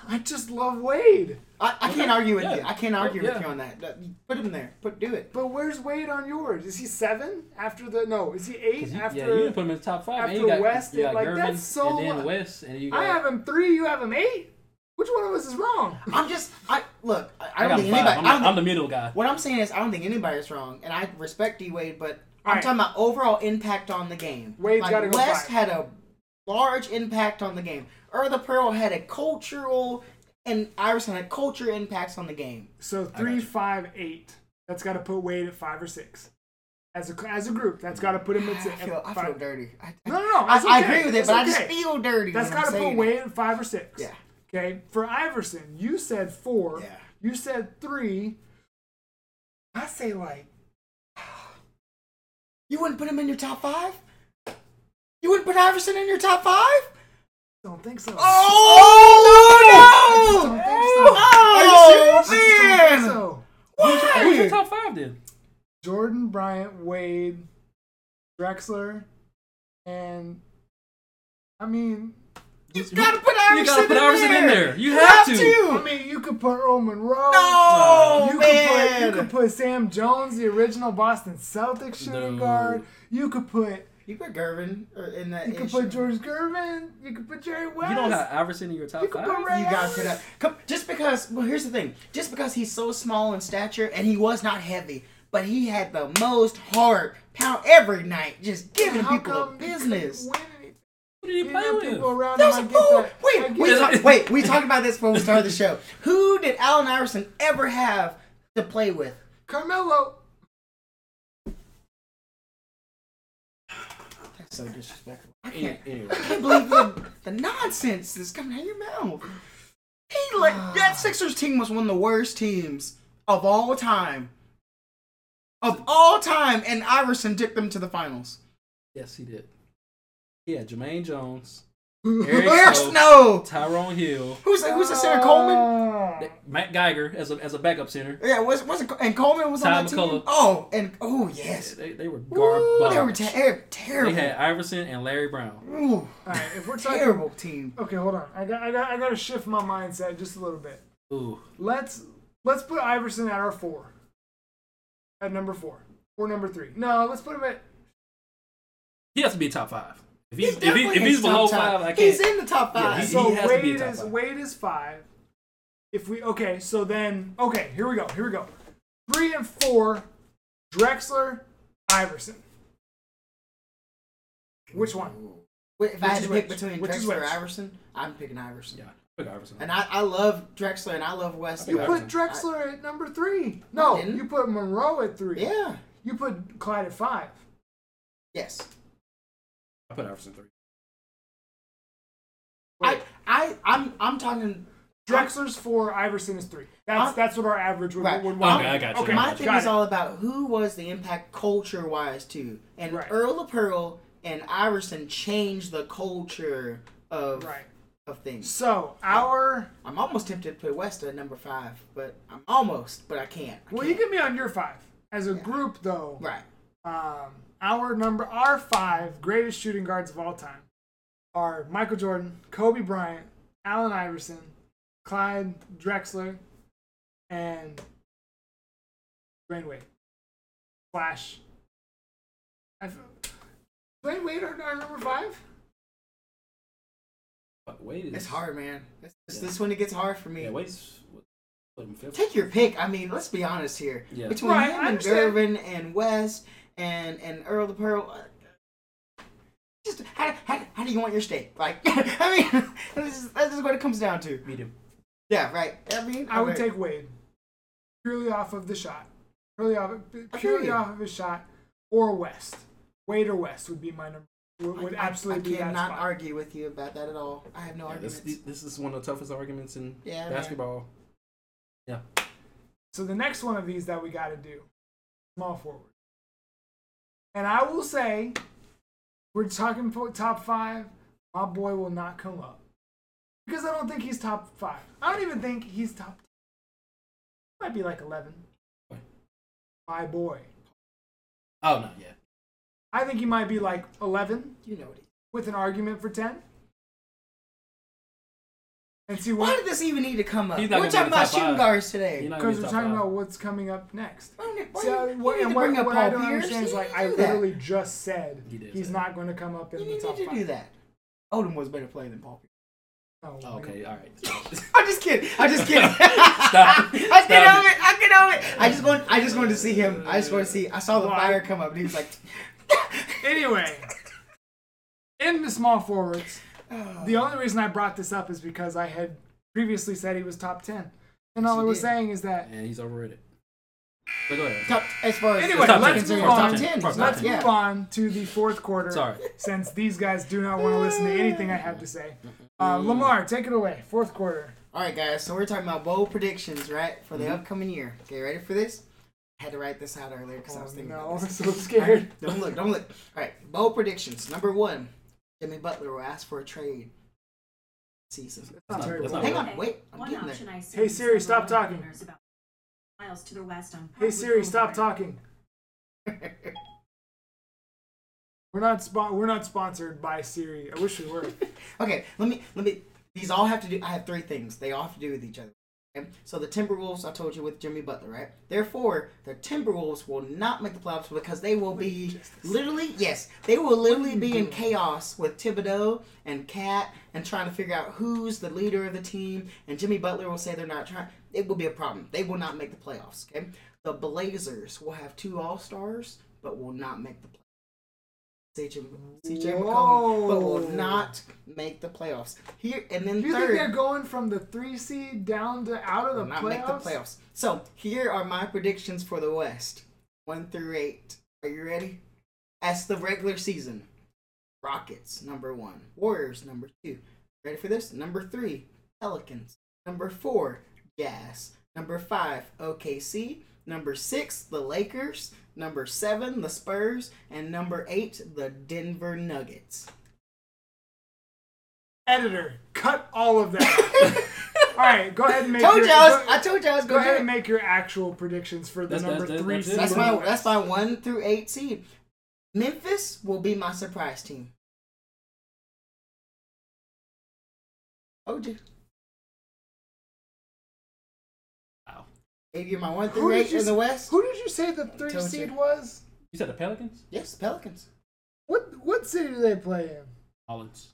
I just love Wade.
I, I can't argue with
Yeah.
you. I can't argue
Yeah.
with you on that. That- Put him there. Put do it.
But where's Wade on yours? Is he seven after the? No, is he
'Cause
eight
You,
after?
yeah, you didn't put him in the top five. and
after
you got,
West,
you got
like,
Gervin,
that's so
and
much.
then West, and you got.
I have him three. You have him eight. Which one of us is wrong?
I'm just. I look. I, I
I
don't
got
think
five.
anybody.
I'm,
I don't
the,
think-
I'm the middle guy.
What I'm saying is, I don't think anybody's wrong, and I respect D Wade, but I'm
Alright.
talking about overall impact on the game.
Wade's
like,
gotta go
West
five.
had a large impact on the game. Eartha Pearl had a cultural, and Iverson had culture impacts on the game.
So
got
three,
you.
five, eight. That's got to put Wade at five or six. As a as a group, that's got to put him
I
at six.
feel, I
five-
feel dirty. I,
No, no, no.
I,
that's
I
okay.
agree with it,
That's
but I just
okay.
feel dirty.
That's
got to
put Wade at five or six.
Yeah.
Okay. For Iverson, you said four.
Yeah.
You said three. I say like
You wouldn't put him in your top five? You wouldn't put Iverson in your top five?
don't think so.
Oh,
I
no!
just don't think so.
Oh,
I just don't think
man!
so.
Why?
Who's your top five then?
Jordan Bryant, Wade, Drexler, and I mean,
You gotta put Iverson,
You gotta put
in,
Iverson
there.
in there. You have to.
I mean you could put Earl Monroe.
No,
you
man.
could put you could put Sam Jones, the original Boston Celtics shooting
No.
guard. You could put
You put Gervin or in that.
you could
issue.
put George Gervin. You could put Jerry West.
You don't have Iverson in your top
You could put
five.
Ray
You gotta
Allen.
put up. Come, just because. Well, here's the thing. Just because he's so small in stature and he was not heavy, but he had the most hard pound every night, just giving
How
people
come you couldn't
business.
win anything?
Who did he
You
play
know,
with?
people around
There's
him,
a
I get
pool.
that. I
Wait,
get
we
that.
talk, wait. We talked about this before we started the show. Who did Allen Iverson ever have to play with?
Carmelo.
That's so disrespectful.
Any- Anyway.
I can't believe the, the nonsense that's coming out of your mouth. He
Ah.
let, that Sixers team was one of the worst teams of all time. Of all time, and Iverson took them to the finals.
Yes, he did. He had Jermaine Jones, Eric
Eric
Snow.
Snow!
Tyrone Hill,
Who's the, who's the center? Coleman?
Uh,
Matt Geiger as a as a backup center.
Yeah, was was it, and Coleman was
Ty
on that team.
McCullough.
Oh, and oh yes,
They, they were
Ooh, they were
garbage.
ter-
They
terrible.
had Iverson and Larry Brown.
Ooh,
All right, if we're talking.
terrible team.
Okay, hold on. I got, I got, I got to shift my mindset just a little bit.
Ooh,
Let's let's put Iverson at our four. At number four or number three. No, let's put him at.
he has to be top five. If he's,
He's
if, he,
definitely
if he's
in
below
top
five, I
five.
can't.
He's in the top
Yeah,
five.
he's-
So
he has to be
Wade
top
is
five.
Wade is five. If we okay, so then okay, here we go. Here we go. Three and four, Drexler, Iverson. Which one?
Wait, if I
Which
had
is
to pick
which?
between
Which is
Drexler or
which?
Iverson, I'm picking Iverson.
yeah, pick Iverson.
And I, I love Drexler and I love West.
I
You
think
put
Iverson.
Drexler at number three. No,
didn't.
you put Monroe at three.
Yeah.
You put Clyde at five.
Yes.
I put Iverson three.
I,
Wait.
I, I'm, I'm talking.
Drexler's four, Iverson is three. That's
I'm-
that's what our average would,
Uh, Right.
would
I'm-
want.
Okay, I got you.
Okay,
Um, my
got
thing
got
is
it.
all about who was the impact culture wise too, and
Right.
Earl of Pearl and Iverson changed the culture of
Right.
of things.
So our
I'm almost tempted to put West at number five, but I'm almost, but I can't. I
well, you
can't.
can be on your five as a group though.
Right.
Um, our number, our five greatest shooting guards of all time are Michael Jordan, Kobe Bryant, Allen Iverson, Clyde Drexler, and Dwayne Wade. Flash. I feel, Dwayne Wade are our number five.
But Wade is
It's hard, man. This, this,
Yeah.
this one it gets hard for me.
Yeah, Wade's put him fifth.
Take your pick. I mean, let's be honest here.
Yeah.
Between
Right,
him
I
and
understand.
Gervin and West and and Earl the Pearl, uh, just how, how, how do you want your steak? Like, I mean, this is, this is what it comes down to.
Medium.
Yeah, right. I mean,
I would
okay.
take Wade purely off of the shot, purely off,
I hear
purely
you.
off of his shot, or West. Wade or West would be my number. would, would
I-
absolutely
I,
be
I
that
cannot
spot.
argue with you about that at all. I have no
Yeah,
arguments.
this, this is one of the toughest arguments in
Yeah, man.
basketball.
So the next one of these that we got to do, small forward. And I will say, we're talking for top five. My boy will not come up because I don't think he's top five. I don't even think he's top. Might be like eleven.
Boy.
My boy.
Oh no, yeah.
I think he might be like eleven
You know what? It is.
with an argument for ten. And see
Why
what?
did this even need to come up?
He's
We're
not
talking
gonna be in the
about
top
shooting
five.
guards today.
You're not gonna
Because
be
we're
top
talking
five.
about what's coming up next.
Why don't- why
See, I-
you-
what,
you need
and
to
what,
bring up
what I
Paul
don't
Pierce?
understand is
You
like
need to
I
do that.
literally just said
He did
he's
say
not going to come up in
You
the
need
top
to
five.
do that. Odom was a better player than Paul Pierce.
No,
Oh,
man.
okay, all right. Stop.
I'm just kidding. I'm just kidding.
Stop.
I get
Stop
over it. I get over it. I just want. I just wanted to see him. I just want to see. I saw the
Why?
fire come up, and he was like,
Anyway, in the small forwards,
oh,
the only reason I brought this up is because I had previously said he was top ten, and
Yes,
all I
you
was
did.
saying is that
And he's overrated. But go ahead.
top as far as
Anyway,
as far as
let's
concerned,
move on.
Top ten.
Let's
let's
yeah.
move on to the fourth quarter.
Sorry.
since these guys do not want to listen to anything I have to say. Uh, Lamar, take it away. Fourth quarter.
All right, guys. So we're talking about bold predictions, right, for
Mm-hmm.
the upcoming year. Okay, ready for this? I had to write this out earlier because I
Oh,
was thinking.
no,
about
I'm
this.
so scared.
Don't look. Don't look. All right, bold predictions. Number one, Jimmy Butler will ask for a trade. Season.
Not
That's
terrible.
not
Hang
real.
on. Wait. I'm
One
getting there.
option I see
Hey,
is
Siri,
several
stop talking.
landowners about Miles to the west on
Hey
Parkwood
Siri, stop
Boulevard.
talking. We're not spon- We're not sponsored by Siri. I wish we were.
Okay, let me let me. These all have to do. I have three things. They all have to do with each other. Okay? So the Timberwolves, I told you with Jimmy Butler, right? Therefore, the Timberwolves will not make the playoffs because they will be literally yes, they will literally be in chaos with Thibodeau and Cat and trying to figure out who's the leader of the team. And Jimmy Butler will say they're not trying. It will be a problem. They will not make the playoffs. Okay, the Blazers will have two All Stars but will not make the playoffs. CJ, CJ McCollum, but will
Whoa.
not make the playoffs. Here and then
Do you think
third,
they're going from the three seed down to out of
will
the
not
playoffs?
make the playoffs. So here are my predictions for the West, one through eight. Are you ready? As the regular season, Rockets number one, Warriors number two. Ready for this? Number three, Pelicans. Number four, Jazz. Number five, OKC. Number six, the Lakers. Number seven, the Spurs, and number eight, the Denver Nuggets.
Editor, cut all of that. all right, go ahead and make.
Told
your,
you I was.
go,
I told you I was
go
going
ahead and
to.
make your actual predictions for the
That's-
number
that's-
three
that's it.
seed.
That's
it.
my. That's my one through eight seed. Memphis will be my surprise team. Told you.
Wow.
Gave you my one
Who
through
did
eight
you
in the
s-
West.
Who did you say the three
told
seed
you.
was?
You said the Pelicans?
Yes, Pelicans.
What what city do they play in?
Collins.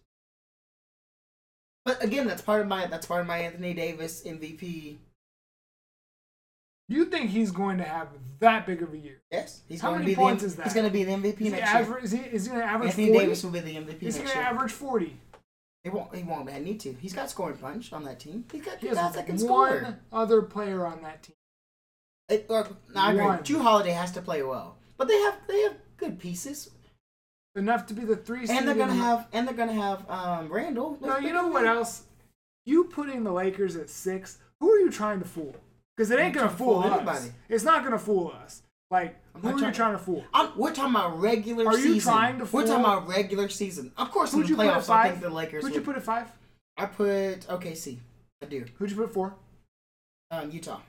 But again, that's part of my. That's part of my Anthony Davis MVP.
You think he's going to have that big of a year?
Yes, he's
How
going to
many
be
points
the,
is that?
He's going to be the MVP
Is he,
next year.
aver- is he is he going to average
Anthony
forty?
Davis will be the MVP
Is he
next
going to
year.
average forty?
he won't. He won't. I need to. He's got scoring punch on that team. He's got
He
good
has
guys that can
one
score.
other player on that team.
It, or, no, I
One.
agree. Drew Holiday has to play well, but they have they have good pieces,
Enough to be the three seed.
and they're gonna
in-
have and they're gonna have um, Randall.
No, you know what else? You putting the Lakers at six. Who are you trying to fool? Because it ain't gonna fool
Fool
us.
anybody.
It's not gonna fool us. Like
I'm
who
not
are you
trying-
trying to fool?
I'm, we're talking about regular
Are you
season.
trying to
We're talking
fool-
about regular season. Of course,
Who'd
in
you
the
put at
playoffs, I think
five?
the Lakers.
Who'd you
would-
put at five?
I put OKC. I do.
Who'd you put at four?
Um, Utah.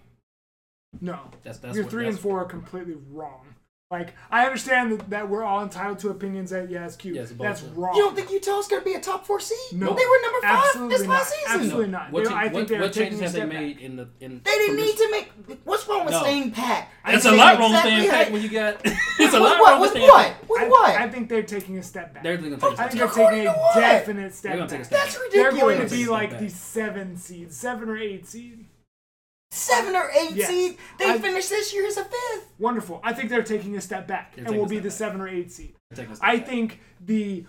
No.
That's that's
Your
what,
three
that's,
and four are completely wrong. Like I understand that, that we're all entitled to opinions that yeah, it's cute.
Yeah, it's
That's
bullshit.
wrong.
You don't think Utah's gonna be a top four seed?
Oh. No.
they were number five
Absolutely
this last
not.
season.
Absolutely not.
What,
They-
cha-
I think
what,
they are
what
taking
changes
a
have they
step
made
back.
in the in?
They didn't
from
need
this-
to make. What's wrong with
No.
staying pat?
It's a
Staying
lot wrong with
exactly
staying back
how-
when you got. It's a
With
lot
what?
wrong with
With
staying
what?
back.
With
I,
what?
I think they're taking a step back.
They're gonna take. a
I
step
think
back.
they're taking
According to
a
what?
definite step
They're
back.
gonna take a step
That's
back.
They're going
ridiculous.
to
Take
be
a step
like
back.
the seven seed, seven or eight seed.
seven or eight
Yes.
seed. They
I-
finished this year as a fifth.
Wonderful. I think they're taking a step back
They're
and
taking
will
a
be
step
the
back.
seven or eight seed.
They're taking a step
I
back.
think the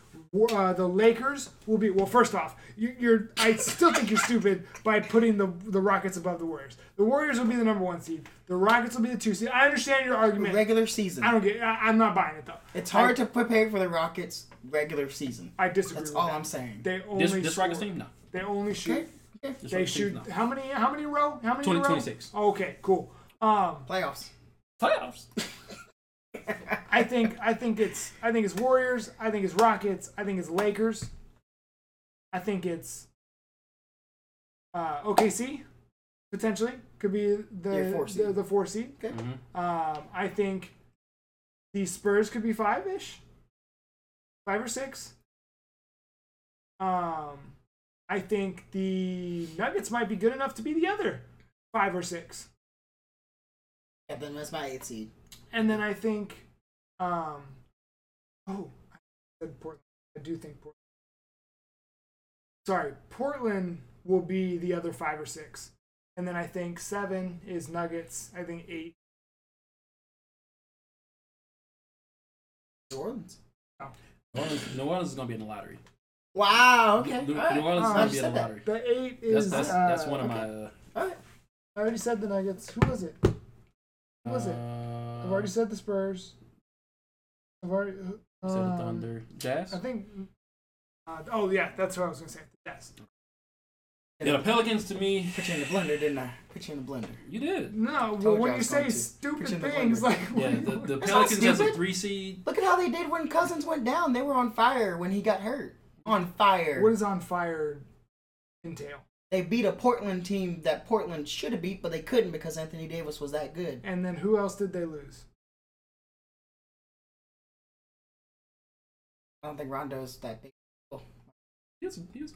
uh, the Lakers will be well. First off, you, you're I still think you're stupid by putting the the Rockets above the Warriors. The Warriors will be the number one seed. The Rockets will be the two seed. I understand your argument.
Regular season.
I don't get. I, I'm not buying it though.
It's hard to prepare for the Rockets regular season.
I disagree.
That's
with
all
that.
I'm saying.
They only
This this Rockets
score-
team, no.
They only shoot.
Okay. Okay.
This
They
Rockets
shoot
team, no.
how many? How many row? How many?
20
row?
26.
Okay, cool. Um,
Playoffs.
playoffs.
I think I think it's I think it's Warriors. I think it's Rockets. I think it's Lakers. I think it's uh, OKC potentially could be the
Yeah, four
the,
seed.
the four seed.
Okay.
Mhm.
Um, I think the Spurs could be five ish, five or six. Um, I think the Nuggets might be good enough to be the other five or six.
Yeah, then that's my eight seed.
And then I think, um, oh, I said Portland. I do think Portland. Sorry, Portland will be the other five or six. And then I think seven is Nuggets. I think eight.
New Orleans.
New Orleans, New Orleans is gonna be in the lottery.
Wow. Okay.
New,
all right.
New Orleans is
Oh,
gonna
you
be in
said
the
that.
lottery.
The eight
That's
is.
that's,
uh,
that's one of
okay. All right.
I already said the Nuggets. Who was it?
my. Uh,
Who was it? I've already said the Spurs. I've already.
you said the
um,
Thunder, Jazz.
I think. Uh, oh yeah, that's what I was gonna say. Yes.
Yeah, the Pelicans to me.
Put you in the blender, didn't I? Put you in the blender.
You did.
No,
you
but when
I
you
was
say
going to. Put you
stupid
in the
things
blender.
like
Yeah, the, the
That's not
Pelicans as a
stupid.
three seed.
Look at how they did when Cousins went down. They were on fire when he got hurt. On fire.
what does on fire entail?
they beat a Portland team that Portland should have beat, but they couldn't because Anthony Davis was that good.
And then who else did they lose?
I don't think Rondo's that big.
He was, he was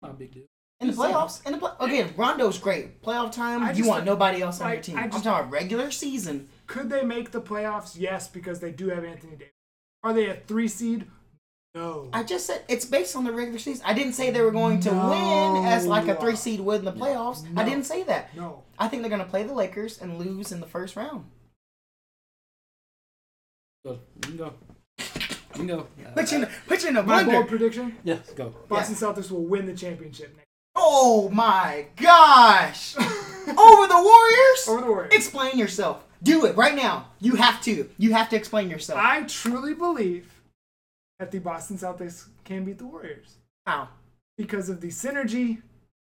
not a big deal.
In the playoffs, in the play- again, Rondo's great. Playoff time,
I
you
just-
want nobody else on
I-
your team.
I
I'm
just-
talking about regular season.
Could they make the playoffs? Yes, because they do have Anthony Davis. Are they a three seed? No.
I just said it's based on the regular season. I didn't say they were going to win as like a three seed would in the playoffs.
No.
I didn't say that.
no.
I think they're going to play the Lakers and lose in the first round.
Go. You can go. You can go.
Put you in, put you in a
My
blender.
bold prediction:
Yes, go.
Boston Celtics will win the championship next
Oh my gosh! Over the Warriors?
over the Warriors.
Explain yourself. Do it right now. You have to. You have to explain yourself.
I truly believe that the Boston Celtics can beat the Warriors
How?
because of the synergy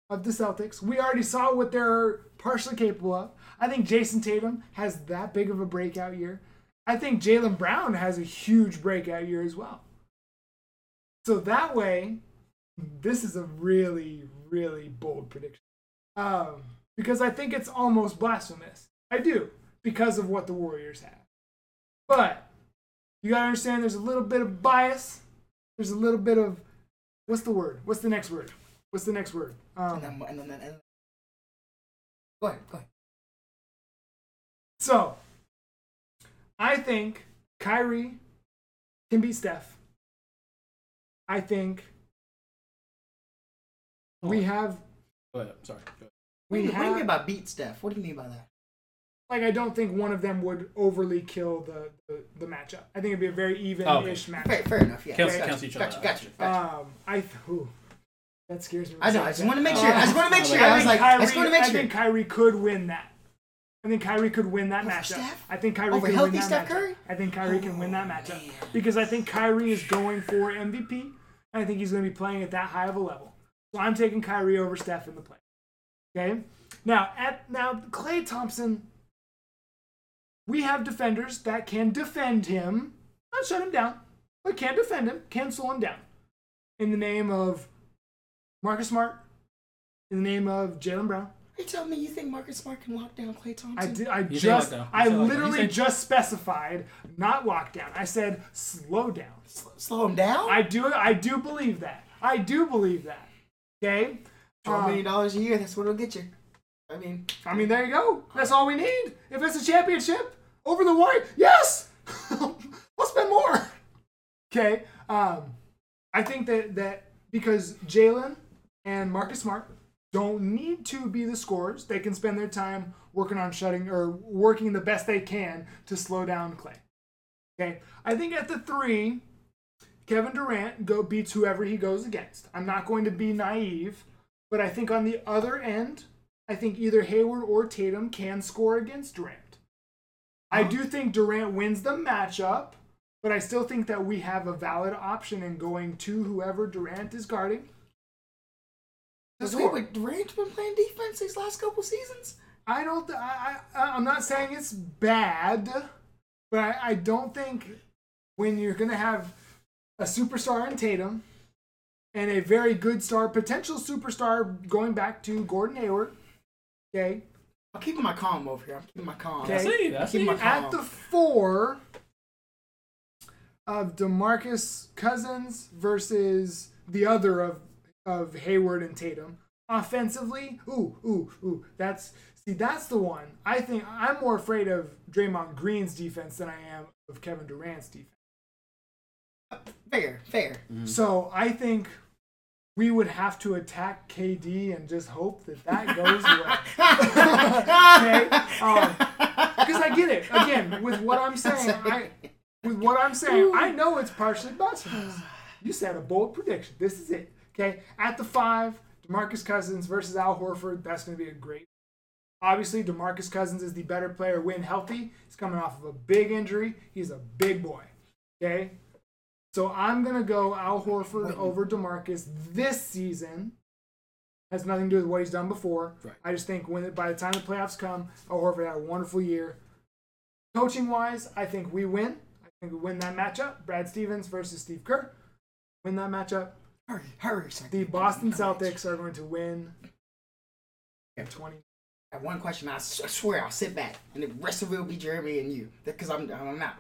of the Celtics. We already saw what they're partially capable of. I think Jason Tatum has that big of a breakout year. I think Jalen Brown has a huge breakout year as well. So that way, this is a really, really bold prediction. Um, because I think it's almost blasphemous. I do, because of what the Warriors have. But you gotta understand there's a little bit of bias. There's a little bit of what's the word? What's the next word? What's the next word? Um,
And then, and then, and then. Go ahead. Go ahead.
So, I think Kyrie can beat Steph. I think
Oh.
we have
Go ahead. Sorry. Go ahead.
What do
we
you- what do you mean
have
by beat Steph? What do you mean by that?
like I don't think one of them would overly kill the the, the matchup. I think it'd be a very even-ish
Fair, fair enough. Yeah.
Cancel-
Gotcha,
cancel each
gotcha,
other out.
Gotcha.
matchup.
Gotcha.
Um, I ooh, that scares me.
I know. I just want to make sure. I
Um,
just want to make
I
sure.
like-
I was like, I
Kyrie,
just want to make
I think
sure.
Kyrie could win that. I think Kyrie could win that
Over
matchup.
Steph?
I think Kyrie
Over
could win
healthy
that
Steph
matchup.
Curry? Oh,
I think Kyrie can win that matchup
man.
because I think Kyrie is going for MVP, and I think he's going to be playing at that high of a level. So I'm taking Kyrie over Steph in the play. Okay. Now at now Clay Thompson, we have defenders that can defend him, not shut him down, but can defend him, can slow him down. In the name of Marcus Smart, in the name of Jalen Brown.
You telling me you think Marcus Smart can lock down Clay Thompson?
I did. I
You say
just.
lockdown. You
I
say lockdown. You
literally
say-
just specified not lockdown. I said slow down.
S- Slow him down.
I do. I do believe that. I do believe that. Okay.
Twelve million
Um,
dollars a year. That's what it'll get you. I mean,
I mean, there you go. That's all we need. If it's a championship over the Warriors, yes. I'll spend more. Okay. Um, I think that that because Jalen and Marcus Smart don't need to be the scorers. They can spend their time working on shutting or working the best they can to slow down Clay. Okay. I think at the three, Kevin Durant go beats whoever he goes against. I'm not going to be naive, but I think on the other end, I think either Hayward or Tatum can score against Durant. I do think Durant wins the matchup, but I still think that we have a valid option in going to whoever Durant is guarding. to
Because we
score.
were Durant's been playing defense these last couple seasons.
I don't. th- I, I. I'm not saying it's bad, but I, I don't think when you're gonna have a superstar in Tatum and a very good star, potential superstar, going back to Gordon Hayward. Okay,
I'm keeping my calm over here. I'm keeping my calm.
Okay.
I see. I see.
Keep my-
at the four of Demarcus Cousins versus the other of of Hayward and Tatum. Offensively, ooh, ooh, ooh. That's see, that's the one. I think I'm more afraid of Draymond Green's defense than I am of Kevin Durant's defense.
Uh, Fair, fair.
So I think we would have to attack KD and just hope that that goes well. okay, because I get it again with what I'm saying. I, with what I'm saying, I know it's partially bottomless. You said a bold prediction. This is it. Okay, at the five, Demarcus Cousins versus Al Horford. That's going to be a great. Obviously, Demarcus Cousins is the better player when healthy. He's coming off of a big injury. He's a big boy. Okay, so I'm gonna go Al Horford over Demarcus this season. Has nothing to do with what he's done before.
Right.
I just think when by the time the playoffs come, Al Horford had a wonderful year. Coaching wise, I think we win. I think we win that matchup. Brad Stevens versus Steve Kerr. Win that matchup.
hurry, hurry. so I
The
can-
Boston
come on.
Celtics are going to win. in Twenty.
I have one question. I, s- I swear I'll sit back, and the rest of it will be Jeremy and you, because I'm I'm not.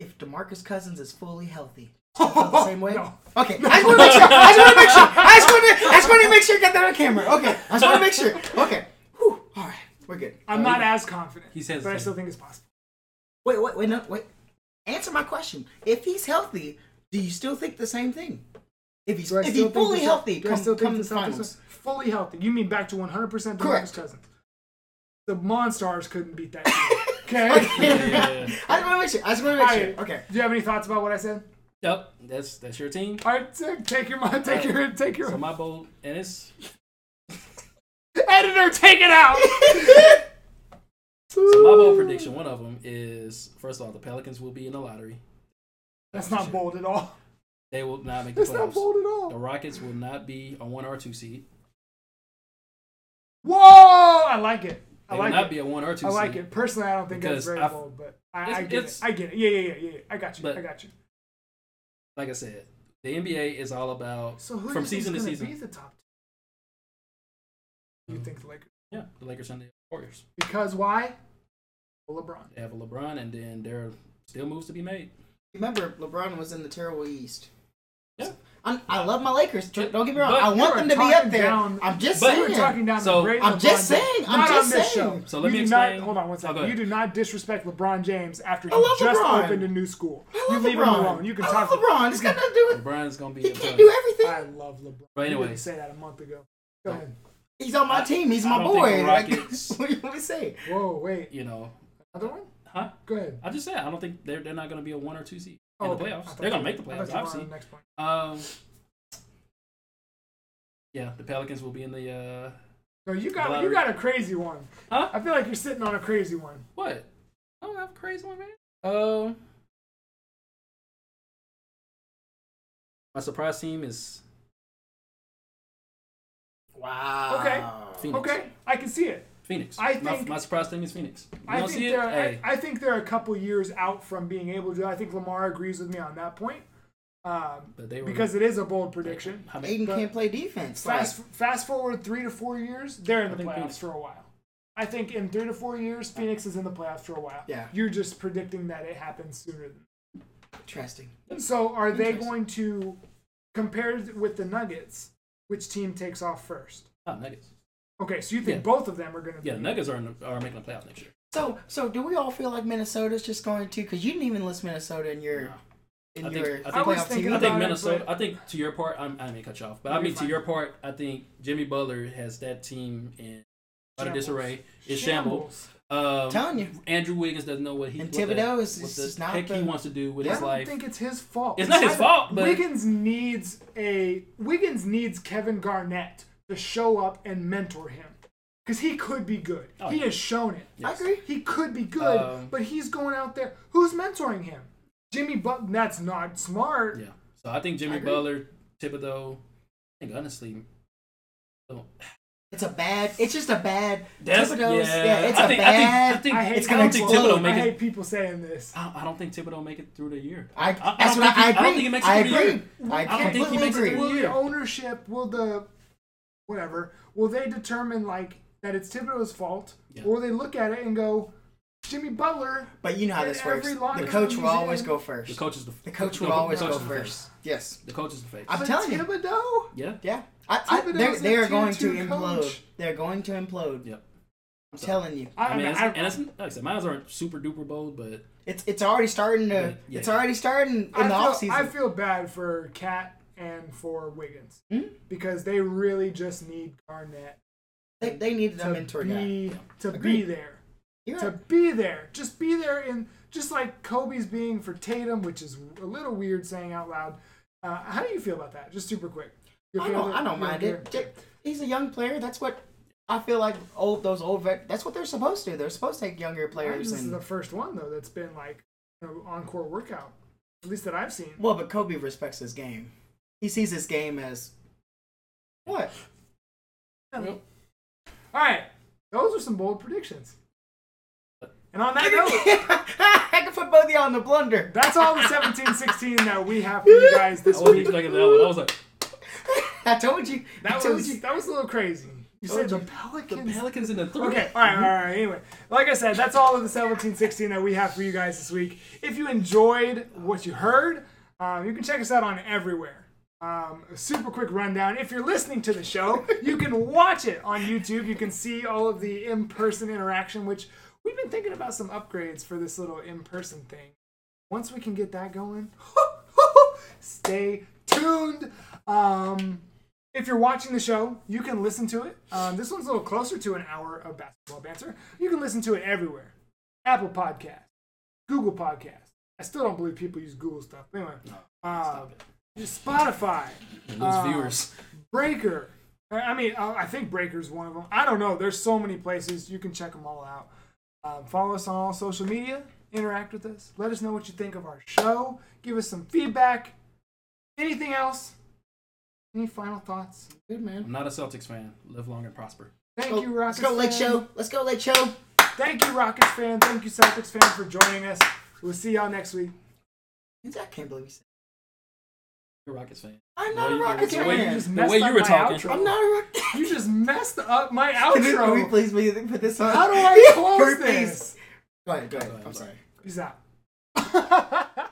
If Demarcus Cousins is fully healthy, do you feel the same way.
No.
Okay, I just want to make sure. I just want to make sure. I just want to. I just want to make sure. I Got that on camera. Okay, I just want to make sure. Okay. Whew. All right, we're good.
I'm not as confident.
He says
but I
the
still think it's possible.
Wait, wait, wait, no, wait. Answer my question. If he's healthy, do you still think the same thing? If he's
Do I
if
still
he's
think
fully
the Cel-
healthy,
do
come,
I still think
come
the
the
Celtics
finals.
are fully healthy? You mean back to 100%
Correct.
DeMarcus Cousins? The Monstars couldn't beat that. team. okay.
Yeah.
I just want to make sure. I just want to
All
make sure.
right.
Okay.
Do you have any thoughts about what I said?
Yep. That's that's your team.
All right, t- take your mo- take your take your
So my bold and it's
editor, take it out.
so my bold prediction. One of them is first of all the Pelicans will be in the lottery.
That's not bold at all.
They will not make the
That's not
playoffs.
bold at
The
all.
Rockets will not be a one or two seed.
Whoa! I like it. I
They will not
like
be
it.
a one or two
I
seed.
like it. Personally, I don't think that's
Because
very
I've-
bold, but I,
it's-
I get it.
it's-
I get it. Yeah, yeah, yeah, yeah. I got you.
But-
I got you.
Like I said, the NBA is all about
So who
from
do you
season to
think's gonna be the
season.
top? Two? You think the Lakers?
Yeah, the Lakers and the Warriors.
Because why? Well, LeBron.
They have a LeBron, and then there are still moves to be made.
Remember, LeBron was in the terrible East.
Yeah.
I'm, I love my Lakers. Don't don't get me wrong.
But
I
you
want
are
them to be up
talking
there.
down-
I'm just
But-
We were
saying.
talking down
So-
the great
I'm
LeBron
just
James.
saying, I'm
Not on
just
this
saying.
Show.
So let
you
me
do not-
explain-
hold on one
Oh,
second.
go ahead.
you do not disrespect LeBron James after
I
he
love
just
LeBron.
opened a new school.
I
you
love
leave
LeBron.
him alone. You can
I
talk.
love LeBron. It's got nothing to do with.
LeBron's gonna be.
He
a
can't
player.
do everything.
I love LeBron.
But
You
anyway.
didn't say that a month ago. Go ahead.
He's on my
I-
team. He's
I
my
don't think
boy.
the
Like,
Rockets-
what do you want me to say?
Whoa, wait.
You know,
Another one?
huh?
Go ahead.
I just said I don't think they're they're not gonna be a one or two seed in
Oh,
the
okay. I
playoffs.
thought
They're gonna
you-
make the
I thought
playoffs,
you were on
obviously.
the next point.
Um, yeah, the Pelicans will be in the uh,
No, you got you
Lottery.
got a crazy one.
Huh?
I feel like you're sitting on a crazy one.
what? I don't have a crazy one, man. Um, my surprise team is
Wow.
Phoenix.
Okay, I can see it.
Phoenix.
I
my,
think-
my surprise team is Phoenix. You
I
don't
think
see it?
they're I,
Hey,
I think they're a couple years out from being able to. I think Lamar agrees with me on that point. Um,
but they were
because it is a bold prediction.
How many-
Aiden
But-
can't play defense. Like,
Fast fast forward three to four years, they're in
I
the
think
playoffs
Phoenix-
for a while. I think in three to four years, Phoenix is in the playoffs for a while.
Yeah.
You're just predicting that it happens sooner than
interesting.
So are they
Interesting.
going to compared with the Nuggets, which team takes off first?
Oh, Nuggets.
Okay, so you think
Yeah.
both of them are gonna
Yeah,
be
the Nuggets are in the, are making the playoffs next year.
So, so do we all feel like Minnesota's just going to? Because you didn't even list Minnesota in your in
I think-
your
I think-
I was
playoff
thinking
team.
I think
about it,
Minnesota.
but-
I think to your part, I'm, I didn't mean to cut you off, but I
No,
mean
you're
to
fine.
your part, I think Jimmy Butler has that team in out of
Shambles.
disarray. It's shamble. Um,
telling you.
Andrew Wiggins doesn't know what he
And
what the-
Thibodeau is-
what
is
the
just not
heck he
the-
wants to do with
I
his
don't
life.
think it's his fault.
It's not his
I-
fault, but-
Wiggins needs a Wiggins needs Kevin Garnett to show up and mentor him because he could be good.
Oh,
he
yeah.
has shown it.
Yes.
I agree.
He could be good,
Um,
but he's going out there. Who's mentoring him? Jimmy Button. That's not smart.
Yeah. So I think Jimmy
I agree.
Butler, Thibodeau. I think honestly, so-
It's a bad. It's just a bad.
That's-
Thibodeau's-
yeah,
yeah. It's
I
a
think- I think-
bad.
I think-
I hate.
it's gonna
people,
take Thibodeau
I
make it-
hate people saying this.
I, I don't think Thibodeau make it through the year.
I,
I- I
that's
don't
what
think
I,
he- I
I
don't
agree.
think he makes it
I
through the
agree.
year.
I
I don't think he
completely
makes it through
agree.
the
Will the
year.
ownership? Will the whatever? Will they determine like that it's Thibodeau's fault,
Yeah.
or they look at it and go, Jimmy Butler?
But you know how
In
this
every
works.
locker
The
room
coach
he's
will always
in.
go
The
first.
coach is the
The coach
the
will always
coach
go
is the face.
first. Yes.
The coach is the face.
I'm
but
telling you.
Thibodeau.
yeah.
Yeah. I, I,
Thibodeau's
they're
a
they are
tier
going to
two
implode.
coach.
They're going to implode.
Yep.
I'm telling you.
I,
I mean, it's,
I,
and it's like I said, mine aren't super duper bold, but
It's it's already starting to.
Yeah.
It's already starting in
I
the
feel,
off season.
I feel bad for Cat and for Wiggins
Hmm?
because they really just need Garnett
They, they needed a
to
mentor guy.
be to be
Agreed.
there.
You're
To
right.
be there, just be there, in just like Kobe's being for Tatum, which is a little weird saying out loud. Uh, how do you feel about that? Just super quick. You
I
feel
don't,
that-
I
you
don't mind it.
care?
J- He's a young player. That's what I feel like. Old those old vet. That's what they're supposed to. do. They're supposed to take younger
This
players.
is the
And,
first one though that's been like you know, encore workout, at least that I've seen.
well, but Kobe respects his game. He sees his game as what?
All right, those are some bold predictions. And on that note.
I can put both of y'all in the blunder.
That's all the 1716 that we have for you guys this
I wasn't
week.
expecting that one. I was like,
I told you. I
That
told
was
you.
that was a little crazy. You
Told
said the
you. the
Pelicans.
Pelicans in the three.
Okay, all right, all right, all right. Anyway, like I said, that's all of the 1716 that we have for you guys this week. If you enjoyed what you heard, um, you can check us out on everywhere. Um, a super quick rundown. If you're listening to the show, you can watch it on YouTube. You can see all of the in person interaction, which we've been thinking about some upgrades for this little in person thing. Once we can get that going, stay tuned. Um, if you're watching the show, you can listen to it. Um, this one's a little closer to an hour of basketball banter. You can listen to it everywhere Apple Podcast, Google Podcast. I still don't believe people use Google stuff. Anyway, uh, Spotify,
Those
Uh,
viewers.
Breaker. I I mean, uh, I I think Breaker's one of them. I don't know. There's so many places. You can check them all out. Um, follow us on all social media. Interact with us. Let us know what you think of our show. Give us some feedback. Anything else? Any final thoughts?
Good man.
I'm not a Celtics fan. Live long and prosper.
Thank
Let's
you,
go-
Rockets.
Let's go, Lake
fan.
Show. Let's go, Lake Show.
Thank you, Rockets fan. Thank you, Celtics fan, for joining us. We'll see y'all next week.
I can't believe you said.
You're a Rockets fan.
I'm
Well,
not a
you-
Rockets
the way you
fan.
just- The way you
up
were
my
talking.
outro.
I'm not a Rockets.
You just messed up my
Can we, can we
outro.
please be- put this on?
How do I
Can we
close
please-
this?
Go ahead. Go
Go
ahead.
ahead,
I'm
sorry.
sorry.
Peace out.